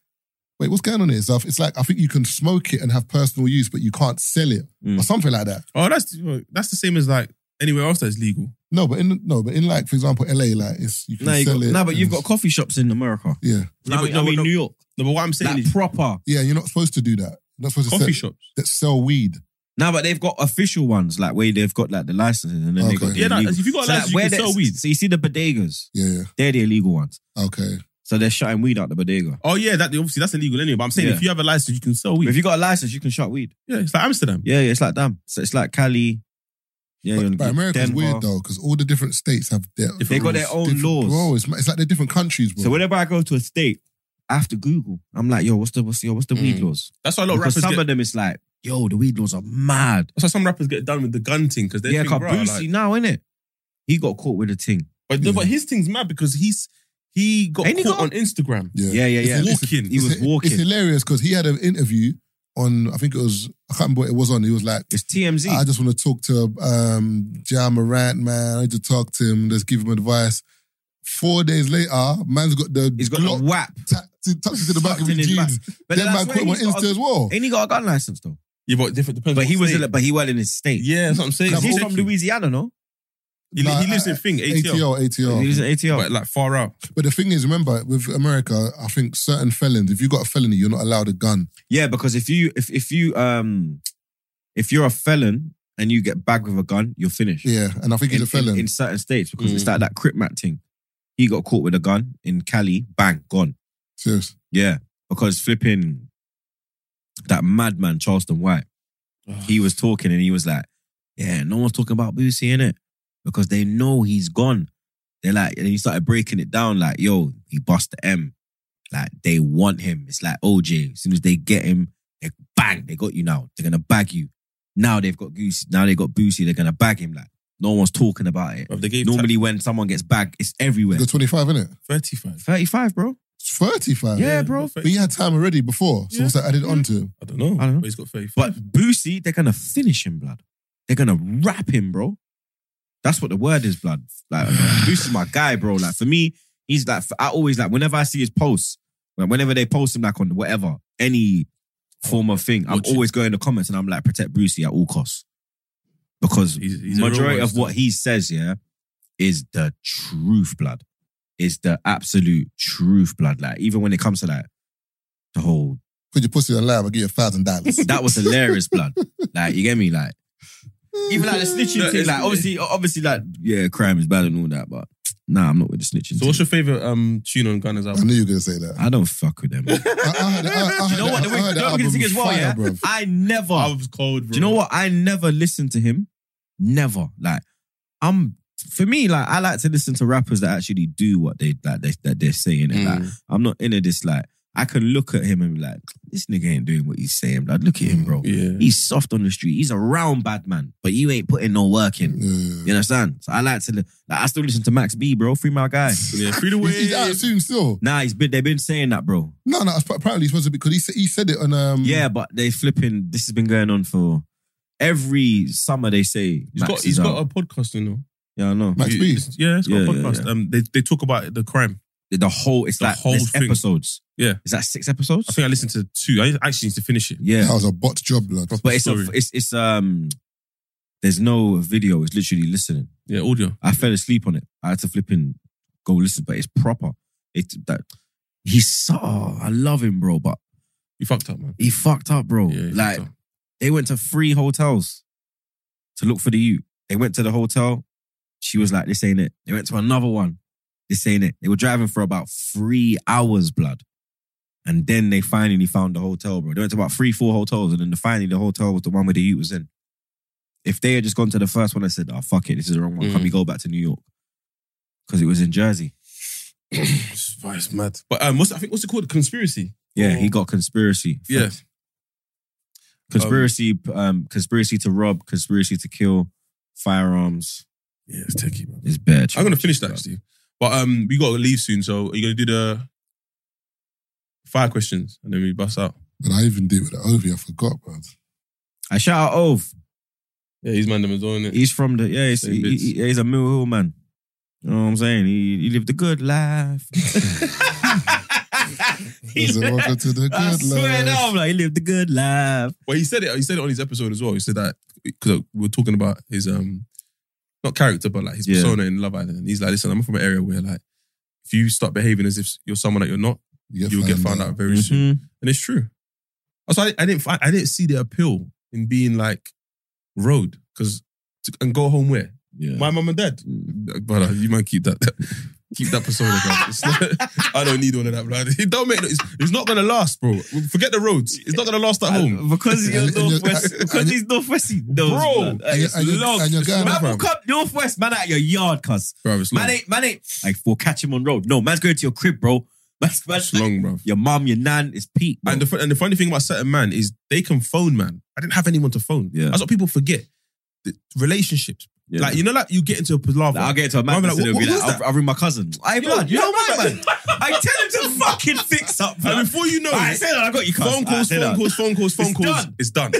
wait, what's going on here? So it's like I think you can smoke it and have personal use, but you can't sell it
Mm.
or something like that.
Oh, that's that's the same as like anywhere else that's legal.
No, but in no, but in like for example, LA, like it's you can
No, you
sell
got,
it.
no, but
and
you've got
it's-
coffee shops in America.
yeah,
Yeah,
I
but
mean,
no,
I mean
no.
New York.
No, but what I'm saying
Like
is
proper.
yeah. You're not supposed to do that. You're not supposed to
coffee
sell,
shops.
that sell weed.
No, but they've got official ones, like where they've got like the licenses and then
Okay.
they got the
Yeah, no,
illegal.
if you got a
So, like,
license,
where
you can
they-
sell weed.
So you see the bodegas,
Yeah,
they're the illegal ones.
yeah. Okay.
So they're shutting weed out the bodega.
Oh yeah, that obviously that's illegal anyway. But I'm saying
Yeah.
if you have a license, you can sell
If
weed.
you got a license, you can shut weed.
yeah, it's like Amsterdam.
Yeah, yeah, it's like damn. So it's like Cali. Yeah, you're
But,
in
but America's
Denver.
weird though because all the different states have their
They got their own
different-
laws.
Bro, it's, it's like they're different countries, bro.
So whenever I go to a state, I have to Google. I'm like, yo, what's the what's the what's the weed
Mm.
laws?
That's why a lot of
Because
rappers
some
get.
of them it's like, yo, the weed laws are mad.
that's why some rappers get done with the gun thing because they
Yeah,
think,
cause
"Bruh,
Boosie
like-
now, innit? He got caught with a ting.
but no, but his thing's mad because he's he got
Ain't he
caught
got-
on Instagram.
Yeah, yeah, yeah.
He's walking.
He was
It's-
walking.
It's hilarious because he had an interview on. I think it was. I um, can't remember what it was on. He was like,
It's TMZ.
I just want to talk to um, John Morant, man. I need to talk to him. Let's give him advice. Four days later, man's got the
He's got
Glock
a whap.
ta- t- tucked into the back of
Tucked in
his
his
jeans.
back. But
Then
that's
man
where
caught him on
he's got
Insta
a-
as well.
Ain't he got a gun license though?
Yeah, but different depends.
But
on
he
what
was,
state.
in, but he well in his state.
Yeah, that's what I'm saying.
Nah,
He,
he's
but
from
lives in-
Louisiana, no?
he,
Nah,
he lives in
uh,
thing ATL,
ATL, ATL.
He's in ATL.
but like far out.
But the thing is, remember, with America, I think certain felons, if you got a felony, you're not allowed a gun.
Yeah, because if you if if you um if you're a felon and you get bagged with a gun, you're finished.
Yeah, and I think he's
in,
a felon.
in, in certain states because it's
Mm.
like that Crip Mac thing. He got caught with a gun in Cali, bang, gone.
Serious.
Yeah, because flipping that madman Charleston White, he was talking and he was like, "Yeah, no one's talking about Boosie in it because they know he's gone." They're like, and he started breaking it down like, "Yo, he bust the M, like they want him. It's like OJ. As soon as they get him, they bang, they got you now. They're gonna bag you. Now they've got Goose. Now they got Boosie. They're gonna bag him. Like no one's talking about it."
But they gave
Normally, when someone gets bagged, it's everywhere.
You're 25, isn't it?
thirty-five.
35, bro.
It's 35.
Yeah, bro.
But he had time already before. So
Yeah.
what's that added on to him?
I don't know.
I don't know.
But he's got thirty-five.
But Boosie, they're gonna finish him, blood. They're gonna wrap him, bro. That's what the word is, blood. Like Boosie's my guy, bro. Like for me, he's like I always like whenever I see his posts, when- whenever they post him like on whatever any form of thing, I'm
Watch it.
always going in the comments and I'm like protect Boosie at all costs because
He's- he's a real
majority of
monster.
what he says, yeah, is the truth, blood. Is the absolute truth, blood. Like even when it comes to like the whole
Put your pussy on live, I'll give you a thousand dollars.
that was hilarious, blood. Like you get me, like even like the snitching
No,
thing.
it's-
Like obviously, obviously, like yeah, crime is bad and all that, but nah, I'm not with the snitching.
So what's
thing.
your favorite um tune on Gunner's
I
album?
knew you were gonna say that.
I don't fuck with them. bro.
I, I, heard- I, I
you know
heard
what?
that-
The way-
I heard that
Don't forget
album
the thing as well,
fire,
yeah.
bruv.
I never.
I was cold. Bro.
do you know what? I never listened to him. Never. Like I'm. For me, like I like to listen to rappers that actually do what they like they, that they're saying. And like
Mm.
I'm not into this. Like I can look at him and be like, this nigga ain't doing what he's saying. Like look at him, bro.
Yeah.
He's soft on the street. He's a round bad man, but you ain't putting no work in.
Yeah.
You understand? So I like to li- like I still listen to Max B, bro. Free my guy.
Yeah, through the
He's, he's out
way.
soon still.
Nah, he's been they've been saying that, bro.
No, no, it's apparently he's supposed to be because he said he said it on um
Yeah, but they flipping. This has been going on for every summer. They say
He's
Max
got
is
he's got
out.
a podcast, you know.
yeah, I know.
Max
You-
B.
it's- Yeah, it's got
Yeah,
a
yeah,
podcast. Um, they they talk about the crime.
The whole it's
The
like
whole
there's
thing.
episodes.
Yeah.
is that six episodes?
I think I listened to two. I actually need to finish it.
yeah,
That was a bot job, blood.
but it's a,
story.
it's it's um. There's no video. It's literally listening.
Yeah, audio.
I fell asleep on it. I had to flipping go listen, but it's proper. It that he's so oh, I love him, bro. But
You fucked up, man.
he fucked up, bro.
Mm. Yeah, you
like
fucked up.
They went to three hotels to look for the you. They went to the hotel. She was like, this ain't it. They went to another one. This ain't it. They were driving for about three hours, blood. And then they finally found the hotel, bro. They went to about three, four hotels. And then finally the hotel was the one where the youth was in. If they had just gone to the first one and said, oh, fuck it, this is the wrong one. Can
Mm.
we go back to New York? Because it was in Jersey.
it's, it's mad. But um, what's I think what's it called? Conspiracy.
Yeah,
Or-
he got conspiracy.
Mm. Yeah,
Conspiracy, um, conspiracy to rob, conspiracy to kill, firearms
yeah, it's techie, man.
is bad.
I'm gonna finish that actually, but um, we gotta leave soon. So are you gonna do the five questions and then we bust out?
But I even did with the Ovi, I forgot, blood.
I shout out Ove.
Yeah, he's man them as well, innit?
He's from the yeah. He's,
Same
he-
bits.
he- he's a Mill Hill man. You know what I'm saying? He, he lived a good life. he
Is it welcome to the
I
good
swear to
life?
God, like, he lived a good life.
Well, he said it. He said it on his episode as well. He said that because we are talking about his um, not character, but like his
Yeah.
persona in Love Island. And he's like, listen, I'm from an area where like, if you start behaving as if you're someone that you're not, you'll get found out very soon.
Mhm.
And it's true. Also, I, I didn't find, I didn't see the appeal in being like road because and go home where
Yeah. Mm.
my mum and dad. But uh, you might keep that. Keep that persona, bro. It's not- I don't need all of that, bro. It don't make. It's, it's not gonna last, bro. Forget the roads. It's not gonna last at home.
Uh, because
And-
you're
and you're-
northwest.
and-
Because he's northwest. He knows,
Bro.
blood. That
And
is
you're- and you're-
long.
and you're going-
man
Bro.
will come northwest, man, out your yard, cuz.
Bro, it's long.
Man ain't, man ain't like for catch him on road. No, man's going to your crib, bro. Man's, man's
It's long, bro.
your mom, your nan, it's peak. bro.
And the, fu- and the funny thing about certain man is they can phone, man. I didn't have anyone to phone.
Yeah.
That's what people forget. The relationships.
Yeah.
Like, you know, like you get into a palaver.
Like, I'll get to a man
I'll be
like,
like, what-
be
what
like
was
I'll,
that?
I'll ring my cousin. I
Yo,
blood, you
yo,
know my
man.
man. I tell him to fucking fix up.
and before you know
I
it,
said that, I got you. cuz.
phone
I
calls,
said
phone
that.
calls, phone calls, phone
It's
calls.
done.
It's done.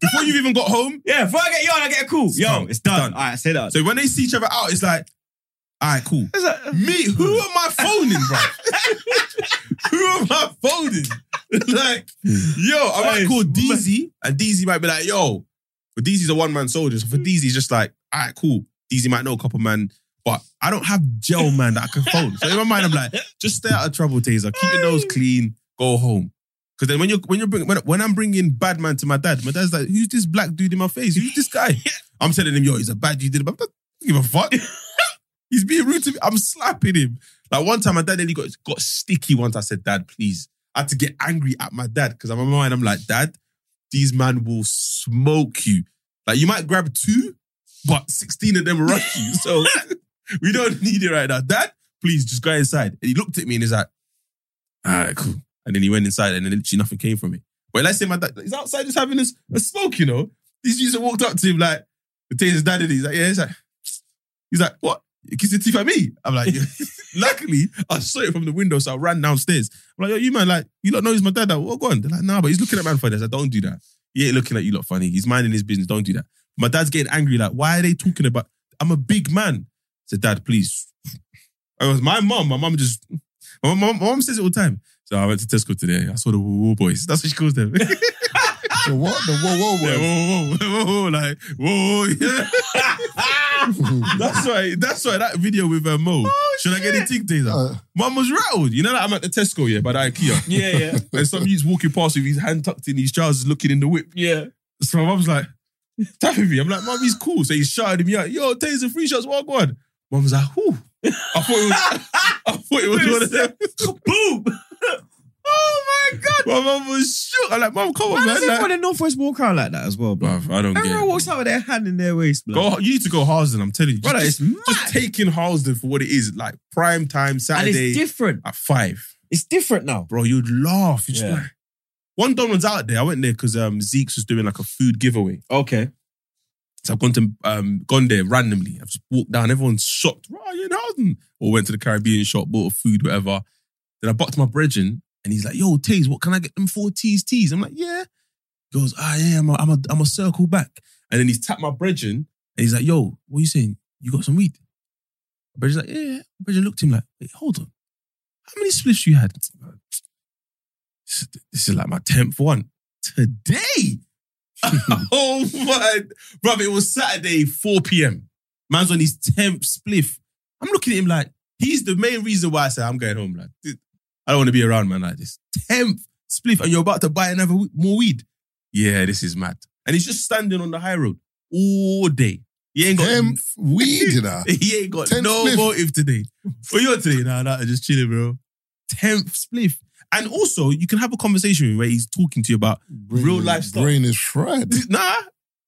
Before you've even got home.
Yeah, before I get yard, I get a call. Yo,
done.
it's done.
Done.
All right, say that.
So when they see each other out, it's like, All right, cool. Me, who am I phoning, bro? who am I phoning? like, yo, I might call DZ, and DZ might be like, yo, for DZ's a one man soldier. So for DZ, he's just like, all right, cool. DZ might know a couple man, but I don't have gel man that I can phone. So in my mind, I'm like, just stay out of trouble, Taser. Keep your nose clean. Go home. Because then when you're when you're bring, when, when I'm bringing bad man to my dad, my dad's like, who's this black dude in my face? Who's this guy? I'm telling him, yo, he's a bad dude. Did a bad. I don't give a fuck. he's being rude to me. I'm slapping him. Like one time, my dad nearly got got sticky. Once I said, "Dad, please," I had to get angry at my dad because I'm in my mind. I'm like, "Dad, these man will smoke you. Like you might grab two, but 16 of them will rush you. So we don't need it right now. Dad, please just go inside. And he looked at me and he's like, all right, cool. And then he went inside and then literally nothing came from it. But let's say my dad he's outside just having a, a smoke, you know. These dudes have walked up to him like, the taser's dad and he's like, yeah, he's like, he's like, what? You Kiss your teeth at me. I'm like, yeah. luckily, I saw it from the window, so I ran downstairs. I'm like, yo, you man, like, you lot know he's my dad. Like, what go on? They're like, nah, but he's looking at man funny. I said, don't do that. He ain't looking at you lot funny. He's minding his business. Don't do that. My dad's getting angry. Like, why are they talking about? I'm a big man. I said, Dad, please. I was my mom. My mom just. My mom, my mom says it all the time. So I went to Tesco today. I saw the Woo Woo Boys. That's what she calls them.
The what? The whoa, whoa,
Yeah, whoa,
whoa.
whoa, whoa, whoa, like whoa, whoa, yeah. that's why. That's why that video with uh, Mo. should I get a tick taser?
Uh.
Mum was rattled. You know that I'm at the Tesco yeah, by the IKEA.
Yeah, yeah,
and some dude's walking past with his hand tucked in his trousers, looking in the whip.
yeah.
So my mum's like, tapping me. I'm like, mum, he's cool. So he shouted at me out, yo, taser free shots, walk on. Mum's like, whoo. I thought it was, I thought it was one of them.
Boom.
oh my god. My mum was shook. I'm like, mum, come on,
Man,
man.
does everyone
Like,
in Northwest walk out like that as well, bro?
Bruv, I don't get
Everyone
it.
walks out with their hand in their waist, bro.
Go, you need to go Harsden, I'm telling you.
Brother,
just,
it's mad.
just taking Harsden for what it is, like prime time
and it's
Saturday
different.
at five.
It's different now.
Bro, you'd laugh. You'd just be
Yeah.
like- One Donald's out there. I went there because um, Zeke's was doing like a food giveaway.
Okay.
So I've gone to um, gone there randomly. I've just walked down. Everyone's shocked. Right, you in Harsden. Or went to the Caribbean shop, bought food, whatever. Then I bucked my brethren and he's like, yo, Taze, what can I get them four T's, T's? I'm like, yeah. He goes, ah, yeah, I'm a, I'm a, I'm a circle back. And then he's tapped my brethren and he's like, yo, what are you saying? You got some weed? My brethren's like, yeah, yeah. My brethren looked at him like, wait, hold on. How many spliffs you had? This is- This is like my 10th one. Today? oh my, bro, it was Saturday, 4 p.m. Man's on his 10th spliff. I'm looking at him like, he's the main reason why I said, I'm going home, lad. I don't want to be around man like this. 10th spliff, and you're about to buy another we- more weed. Yeah, this is mad. And he's just standing on the high road all day. He ain't got
Damn weed, you know.
he ain't got
Tenth
no
spliff.
motive today. What you on today? Nah, nah, just chilling, bro. Tenth spliff. And also, you can have a conversation where he's talking to you about real life stuff.
Brain is fried.
Nah,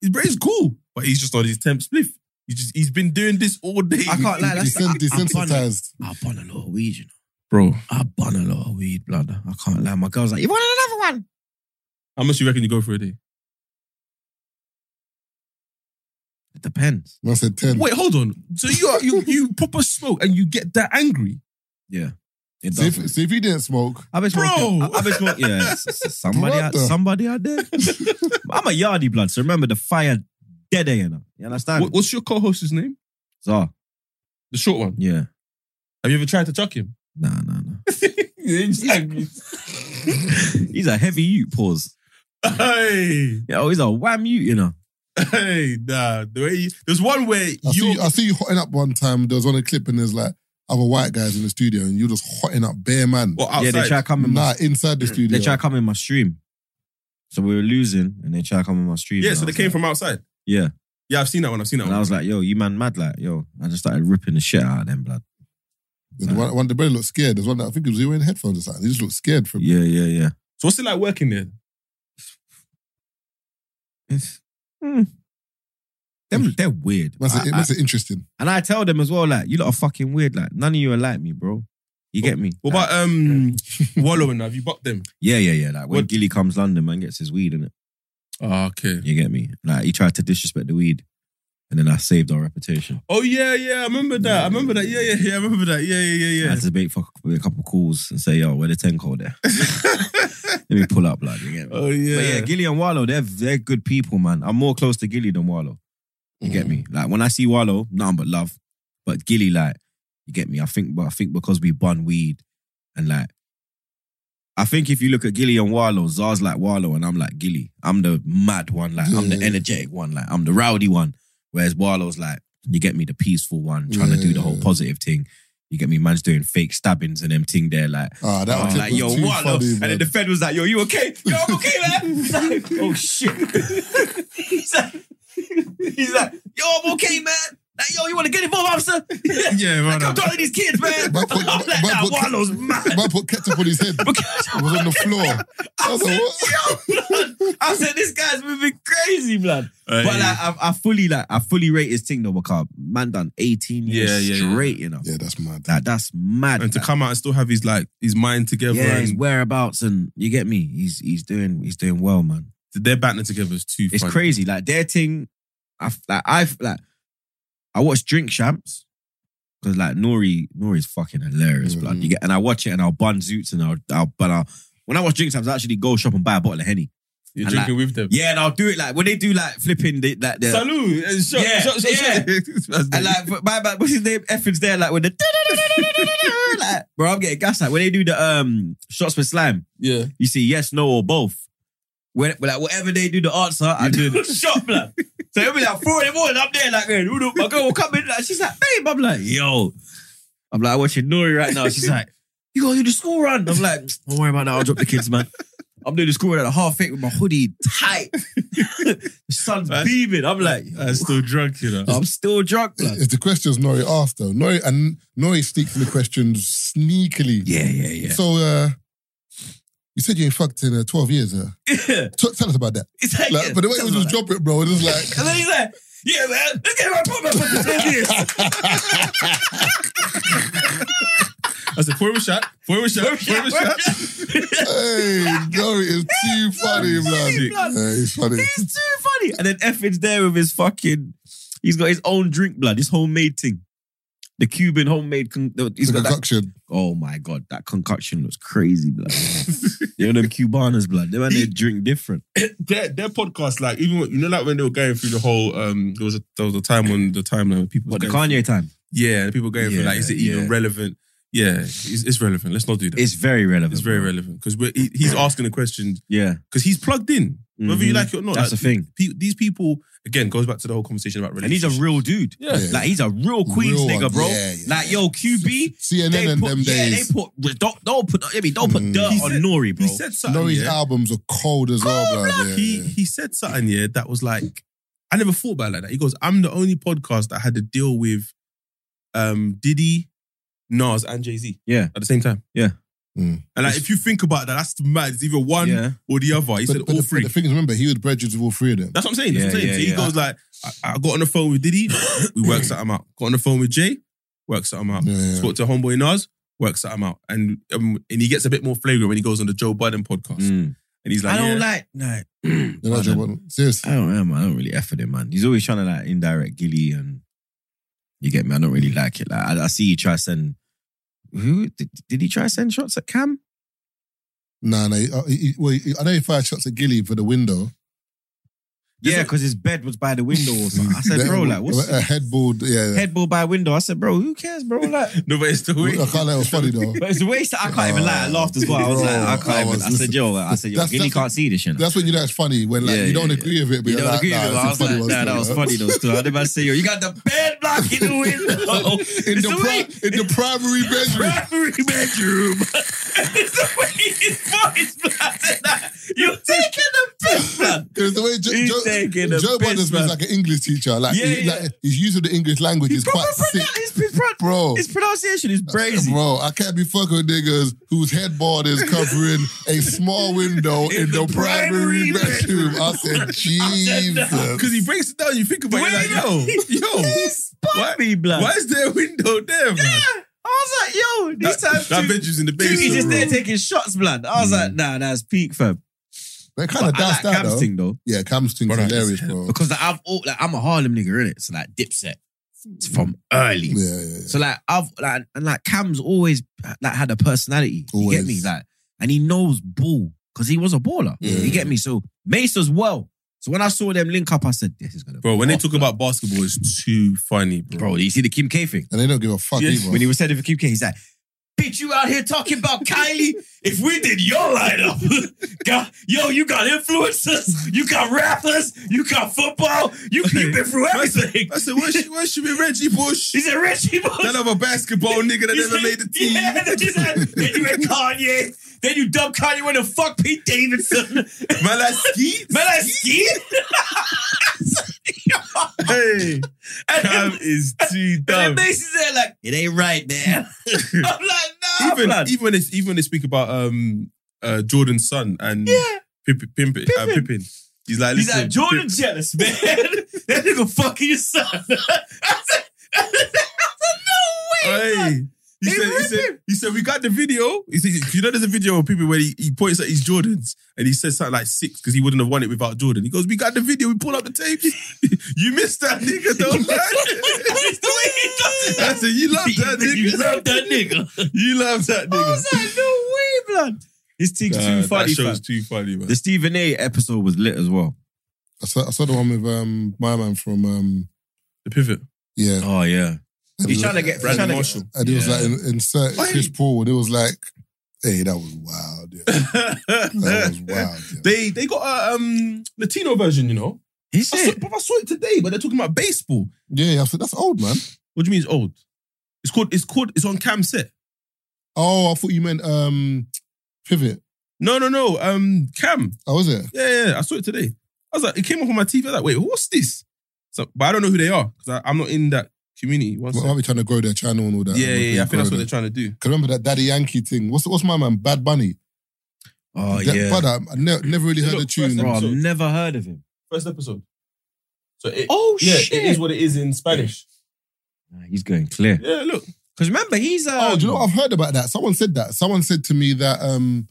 his brain's cool, but he's just on his tenth spliff. He just he's been doing this all day.
I can't lie. That's
Desen- desensitized.
I bun a lot of weed, you know.
bro.
I bun a lot of weed, blood. I can't lie. My girl's like, you want another one?
How much you reckon you go for a day?
It depends.
Man said 10.
Wait, hold on. So you are, you you proper smoke and you get that angry,
Yeah. It
See
does.
if, see if he didn't smoke,
I've been smoking.
Bro.
I- I've been smoking. Yeah, s- s- somebody,
What
out,
the-
somebody out there. I'm a yardie blood, so remember the fire dead air, you know. You understand?
What- what's your co-host's name?
So,
The short one.
yeah.
Have you ever tried to chuck him?
Nah, nah, nah.
he's angry.
He's a heavy ute pause.
hey.
Yeah, oh, he's a wham ute, you know.
Hey, nah. The way you, there's one where
I see,
you
you, uh, I see you hotting up one time. There was on a clip and there's like other white guys in the studio and you're just hotting up bare man.
well, outside.
Yeah, they try to come in my
Nah, inside the studio.
they try to come in my stream. So we were losing and they try to come in my stream.
Yeah,
and
so
I
they
was
came
like-
from outside.
Yeah.
Yeah, I've seen that one. I've seen that
And I
one.
was like, yo, you man mad like, yo. I just started ripping the shit out of them, blood.
The one, one, the brother looked scared. There's one that I think he was wearing headphones or something. He just looked scared from
Yeah, yeah, yeah.
So what's it like working there?
It's mm. them, they're weird.
That's,
I-
it,
I-
that's interesting.
and I tell them as well, like, you lot are fucking weird. Like, none of you are like me, bro. You get me?
What
Like,
about um Wallow and have you bucked them?
yeah, yeah, yeah. Like when
what-
Gilly comes London, man gets his weed in it.
Oh, okay.
You get me? Like he tried to disrespect the weed, and then I saved our reputation.
Oh yeah, yeah. I remember that. I remember that. Yeah, yeah, yeah. I remember that. Yeah, yeah,
I
yeah,
had to make for a couple calls and say, yo, where the ten call there? Let me pull up, like, you get me?
yeah. Oh yeah.
But yeah, Gilly and Wallow, they're they're good people, man. I'm more
Mm.
close to Gilly than Wallow. You get me? Like when I see Wallow, nothing but love. But Gilly, like You get me? I think, but I think because we bun weed and like, I think if you look at Gilly and Warlow, Zars like Warlow and I'm like Gilly. I'm the mad one, like I'm the
Yeah.
energetic one, like I'm the rowdy one. Whereas Warlow's like, you get me, the peaceful one, trying to do the whole
Yeah.
positive thing. You get me, man's doing fake stabbings and them thing there, like.
Ah, that
I'm
clip
like,
was
yo,
too
Warlow.
funny,
and then
man.
the Fed was like, yo, you okay? Yo, I'm okay, man. He's like, oh shit. he's like, he's like, yo, I'm okay, man. Like, yo, you want to get involved, officer?
Yeah,
like,
right
I'm
on.
done with these kids, man.
Man put-
I'm like,
man
nah,
put-
Warlow's mad.
Man put ketchup on his head. It was on the floor. I was like, what?
I said, this guy's moving crazy, blood.
Uh,
But
yeah.
like, I, I fully like, I fully rate his thing though, because man done 18 years
Yeah, yeah, yeah.
straight, you know.
Yeah, that's mad.
Like, that's mad.
and to
like.
come out and still have his like his mind together
yeah, his
and
whereabouts and you get me. He's he's doing he's doing well, man.
their battling together is too.
It's
funny.
crazy. Like their thing, I f- like I f- like I watch Drink Champs because like Nori Nori's fucking hilarious, blood. You get and I watch it and I'll bun zoots and I'll I'll but I'll when I watch Drink Champs, I actually go shop and buy a bottle of henny.
You're
And,
drinking with them.
Yeah, and I'll do it like when they do like flipping, they like the
Salud. and shot-
Yeah,
shot- shot-
yeah.
shot. That's
and
it.
like but my man, what's his name? Effing's there like when the like bro, I'm getting gas like when they do the um shots with slime.
yeah.
You see, yes, no, or both. When, like whatever they do, the answer I did shop like. So it'll be like four in the morning. I'm there like, man, who the- my girl will come in. Like, she's like, babe. I'm like, yo. I'm like, I'm watching Nori right now. She's like, you gotta do the school run. I'm like, don't worry about that. I'll drop the kids, man. I'm doing the school run at a half eight with my hoodie tight. the sun's beaming. I'm like,
I'm still drunk, you know.
I'm still drunk, blood.
It's the questions Nori asked though. Nori and Nori sneaks in the questions sneakily.
Yeah, yeah,
So uh, you said you ain't fucked in uh, twelve years. Uh,
yeah.
T- tell us about that.
it's like,
Like,
yeah,
but the way it was
something
just
like
dropping, it, bro, it was
that.
like
And then he's like, yeah, man, let's get my pop for 10 years.
I said, pour him a shot. Pour him a shot. Pour him a shot.
hey, Nori is too funny,
funny,
blood.
blood.
Yeah, he's funny.
He's too funny. And then Effin's there with his fucking. He's got his own drink, blood. His homemade thing, the Cuban homemade. Con- he's
The
got that.
concoction.
Oh my god, that concoction looks crazy, blood. you know them Cubanas, blood. They man, they drink different.
their their podcast, like even when- you know, like when they were going through the whole um, there was a there was a time when the timeline when people
But the
was going
Kanye time,
through- yeah, the people going through
Yeah,
like is it even
yeah.
relevant? Yeah, it's, it's relevant. Let's not do that. It's,
it's very relevant.
very
bro.
relevant because he, he's asking the question
Yeah,
because he's plugged in whether you
Mhm.
like it or not.
That's
like,
the thing.
pe- these people again goes back to the whole conversation about
and he's
relationships.
a real dude.
Yeah.
Yeah.
Like he's a real Queens
Real one.
nigga, bro.
Yeah, yeah,
like
yeah.
yo, QB.
CNN
They
and
put,
them
yeah,
days.
they put don't, don't put I mean, don't put
Mm.
dirt
He
on
said-
Nori, bro.
He said something.
Nori's
yeah.
albums are cold as well,
Cold,
blood.
blood.
Yeah,
he
yeah.
he said something yeah that was like I never thought about it like that. He goes, I'm the only podcast that had to deal with um Diddy, Nas, and Jay Z.
Yeah.
at the same time.
Yeah.
Mm.
And like if you think about that, that's mad. It's either one
yeah.
or the other. He
But-
said
but
all
the,
three.
But the thing is, remember, he was bridges with all three of them.
that's what I'm saying. That's what I'm
Yeah,
saying. so
yeah,
he
yeah.
goes like, I, I got on the phone with Diddy, we worked something out. Got on the phone with Jay, worked something out.
Yeah, yeah.
Spoke to homeboy Nas, worked something out. And um, and he gets a bit more flavor when he goes on the Joe Biden podcast.
Mm.
And he's like,
I don't
yeah.
like no.
You know, Joe Budden. Seriously.
I don't know, man. I don't really effort him, man. He's always trying to like indirect Gilly and you get me. I don't really like it. Like I, I see he try send who did, did he try send shots at Cam?
Nah, nah. He, uh, he, he- well, he, I know he fired shots at Gilly for the window.
Yeah, because his bed was by the window or something. I said,
Then-
bro, like what's
a headboard? Yeah, yeah.
headboard by window? I said, bro, who cares, bro? Like,
no, but it's the way.
I can't lie, it was funny though.
but it's a waste. That I can't even lie. I laughed as well. I was
Bro,
like, I can't
I
even.
was-
I said, yo, I said, yo,
That's-
Gilly
that's-
can't see this, you know.
That's when you know it's funny when like
Yeah,
you don't
yeah,
agree with it,
You
but you're
don't
like,
agree
nah,
with it.
it's
but
a
I was like,
funny
nah, that
one still,
was
yeah.
funny though. Still, I didn't even say, yo, you got the bed block in the window.
in
It's
the,
the
pri-
way-
in the primary bedroom.
Primary bedroom. it's the way his voice blasts You're taking the piss, man.
Because the way Jo-
He's
Joe,
taking a
Joe
piss,
Budden was
man.
like an English teacher, like,
Yeah,
he-
yeah.
like his use of the English language is
Bro,
quite
bro, bro,
sick,
his, his, pro-
bro.
his pronunciation is brazy.
Bro, I can't be fucking with niggas whose headboard is covering a small window in, the,
primary
primary, bedroom. Ah, I said,
"Ah."
Jesus.
Because he breaks it down, you think about it, you're like, yo, yo,
He spot
why,
me, blood.
why is there a window there, man?
I was like, yo,
That,
this time
that
two-
bedroom's in the
two, he's
basement.
just there
bro.
taking shots, blood. I was like, nah, that's peak, fam.
They kind of
I like
doused that,
Cam's
though.
thing, though.
Yeah, Cam's thing's
Brother,
hilarious, bro.
Because like, I've all, like, I'm a Harlem nigga, innit? So like Dipset. It's from early.
Yeah, yeah, yeah.
So like I've like and like Cam's always like had a personality. You
Always.
get me? Like, and he knows ball because he was a baller.
Yeah.
You get me? So Mace as well. So when I saw them link up, I said, "This is gonna."
Bro, when they
off,
talk
bro.
about basketball, it's too funny, bro.
bro, you see the Kim K thing
And they don't give a fuck either.
when he was sending for Kim K, he's like, "Bitch, you out here talking about Kylie? If we did your lineup, God, yo, you got influencers, you got rappers, you got football, you you've been through everything."
I said, where's she, where's she with Reggie Bush?
He said, "Richie Bush."
That other basketball nigga that
You
never
said-
made the team.
Yeah, then you said, then you had Kanye. Then you dubbed Kanye when the fuck Pete Davidson. Man,
Malaski?
I skied.
Hey,
And
Cam
then-
is too
and then
dumb.
Mason's there like, it ain't right, man. I'm like, no,
Even
blood.
even when they even when they speak about um uh Jordan's son and
Yeah.
Pippin, Pimpin, Uh,
Pippin.
Pippin, he's like,
He's
listen,
like, Jordan
Pip-
jealous, man. that nigga fucking your son. I said, I said, no way.
Hey.
man.
He
They
said, he,
rip
said,
him.
he said, we got the video. He said, you know, there's a video of people where he, he points at his Jordans and he says something like six because he wouldn't have won it without Jordan. He goes, we got the video. We pull up the tapes. you missed that nigga, though, man.
It's the way he does it.
I said, you love that nigga.
You love that nigga.
You love that
I
nigga.
was like, no way, blood. His team's
Nah,
too funny,
That
fam.
show's too funny, man.
The Stephen A episode was lit as well.
I, saw, I saw the one with um, my man from, um,
The pivot.
yeah.
Oh yeah.
And
He's
it was-
trying to get
Brandon
trying to
Marshall.
And it was
Yeah.
like, in- insert
Why-
Chris Paul, and it was like, hey, that was wild. Yeah. That was wild. Yeah.
They they got a um, Latino version, you know.
He
I saw, bruv, I saw it today, but they're talking about baseball.
yeah, yeah, I said, that's old, man.
What do you mean it's old? It's called it's called it's on cam set.
Oh, I thought you meant um, Pivot.
No, no, no. Um, cam.
Oh, was it?
Yeah, yeah. I saw it today. I was like, it came up on my TV. I was like, wait, what's this? So, but I don't know who they are because I'm not in that community. One
Well, uh,
sec.
are they trying to grow their channel and all that?
yeah, yeah,
And
yeah. I think
grow
that's what
their-
they're trying to do.
Cause remember that Daddy Yankee thing? What's what's my man? Bad Bunny.
Oh
that,
yeah.
Brother, I ne- never really heard
Look,
the tune.
first
Bro, I've
episode.
never heard of him.
First episode. So it,
Oh
yeah, it is what it is in Spanish.
Nah, he's going clear.
Yeah, look.
Because remember, he's uh
Oh, do you
Um,
know what I've heard about that? Someone said that. Someone said to me that, um,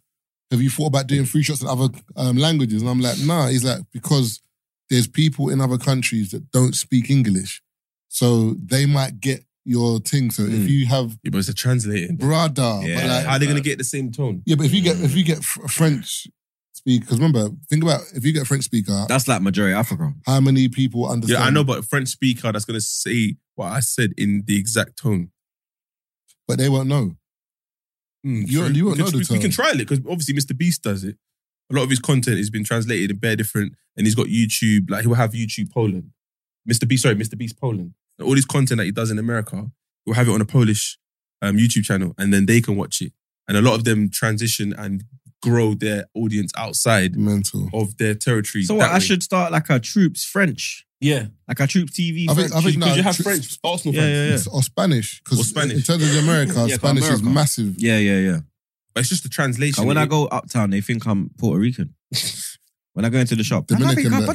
have you thought about doing free shots in other um, languages? And I'm like, nah. He's like, because there's people in other countries that don't speak English. So they might get your thing. So if
Mm.
you have
Yeah, but it's a translating.
brother, but
Yeah.
like,
How are they gonna get the same tone?
yeah, but if you get if you get fr- French speak, because remember, think about if you get a French speaker,
that's like majority Africa.
how many people
Yeah,
understand?
I know, but a French speaker that's gonna say what I said in the exact tone.
but they won't know.
Mm,
You-
true.
you
we,
won't
can,
know the
we- we
tone.
can try it because obviously Mr. Beast does it. A lot of his content has been translated in bare different, and he's got YouTube. Like he'll have YouTube Poland, Mr. Beast. Sorry, Mr. Beast Poland. And all his content that he does in America, he'll have it on a Polish um, YouTube channel, and then they can watch it. And a lot of them transition and grow their audience outside
Mental.
of their territory.
So what,
that
I
way.
should start like a troops French.
yeah.
Like a troops TV.
I think-
French.
I think
Because
now-
you have
tr-
Oh, French Arsenal
Yeah,
fans.
yeah, yeah.
or Spanish
Or
because
Spanish.
in terms of America,
Yeah,
Spanish is
America.
massive.
yeah, yeah, yeah.
But it's just the translation.
And when I
It-
go uptown, they think I'm Puerto Rican. when I go into the shop,
Dominican, man.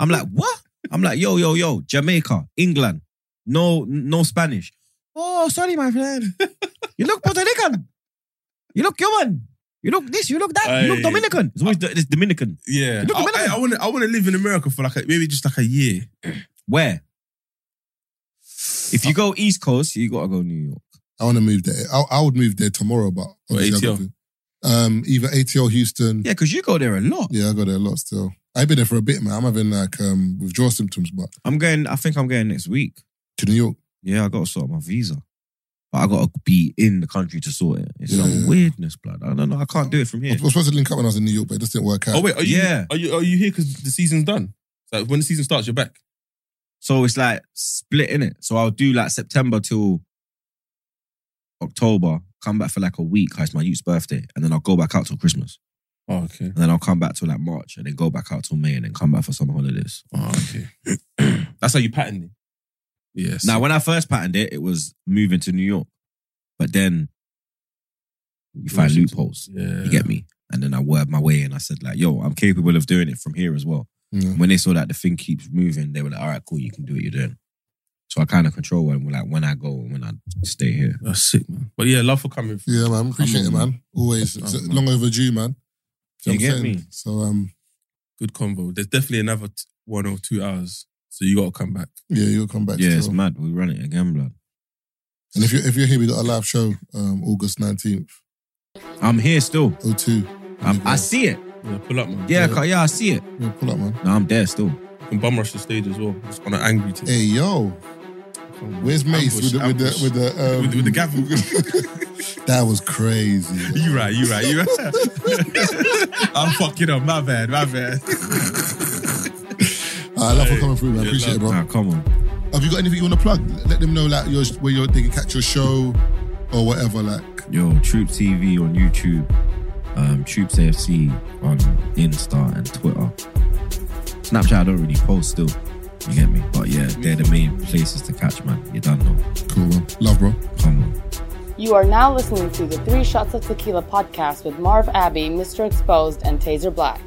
I'm like, what? I'm like, yo, yo, yo, Jamaica, England, no, no Spanish. Oh, sorry, my friend. You look Puerto Rican. You look Cuban. You look this. You look that. you
Aye.
look Dominican. It's always it's Dominican.
Yeah,
Look,
I-
America.
I want to. I want to live in America for like a, maybe just like a year.
Where? If
Uh,
you go East Coast, you gotta go New York.
I want to move there. I, I would move there tomorrow, but
Or
obviously I
ATL.
got to- Um, either ATL Houston. Yeah.
Yeah, because you go there a lot.
I got there a lot still. I've been there for a bit, man. I'm having like um, withdrawal symptoms, but
I'm going. I think I'm going next week.
to New York.
Yeah, I gotta sort my visa. But I gotta be in the country to sort it. It's
Yeah.
some weirdness, blood. I don't know. I can't do it from
I
here.
was supposed to link up when I was in New York, but it just didn't work out.
Oh wait, are you?
Yeah.
Are you? Are you here because the season's done? So when the season starts, you're back.
So it's like split in it. So I'll do like September till October, come back for like a week, 'cause it's my youth's birthday, and then I'll go back out till Christmas.
Oh, okay.
And then I'll come back till like March and then go back out till May and then come back for summer holidays.
Oh, okay. That's how you pattern it. Yes.
Now, when I first patterned it, it was moving to New York. But then you find loopholes.
Yeah.
You get me? And then I worked my way and I said, like, yo, I'm capable of doing it from here as well.
Yeah.
Mm.
And when they saw that the thing keeps moving, they were like, all right, cool, you can do what you're doing. So I kind of control when, like, when I go and when I stay here.
That's sick, man. But yeah, love for coming.
Yeah, man. Appreciate
Come
it,
on,
man. Always.
Come
It's
on,
long overdue, man. Do
You
what
get
I'm saying?
me?
So um,
Good convo. There's definitely another t- one or two hours, so you got to come back.
yeah, you'll come back.
Yeah, it's
still.
mad. We run it again, blood.
And if you're if you're here, we got a live show um, August oh 19th,
I'm here still.
02.
I'm, I see it.
Yeah, pull up, man.
Yeah, yeah, I see it.
Yeah, pull up, man.
No, I'm there still.
You can bum rush the stage as well. Just on an angry tip.
Hey, yo. Where's
Ambush,
Mace with, the, with the
ambush.
with the um,
With- with the gavel.
that was crazy.
You right, you right, you right. I'm fucking up. My bad, my bad.
I love for coming through, man. Appreciate it, bro.
Nah, come on.
Have you got anything you want to plug? Let them know like your where you they can catch your show or whatever. Like,
Yo, Troop TV on YouTube, um, Troops AFC on Insta and Twitter. Snapchat, I don't really post still. You get me? But yeah, they're the main places to catch, man. You don't know.
cool, bro. Love, bro.
Come on.
You are now listening to the Three Shots of Tequila podcast with Marv Abbey, Mr. Exposed, and Taser Black.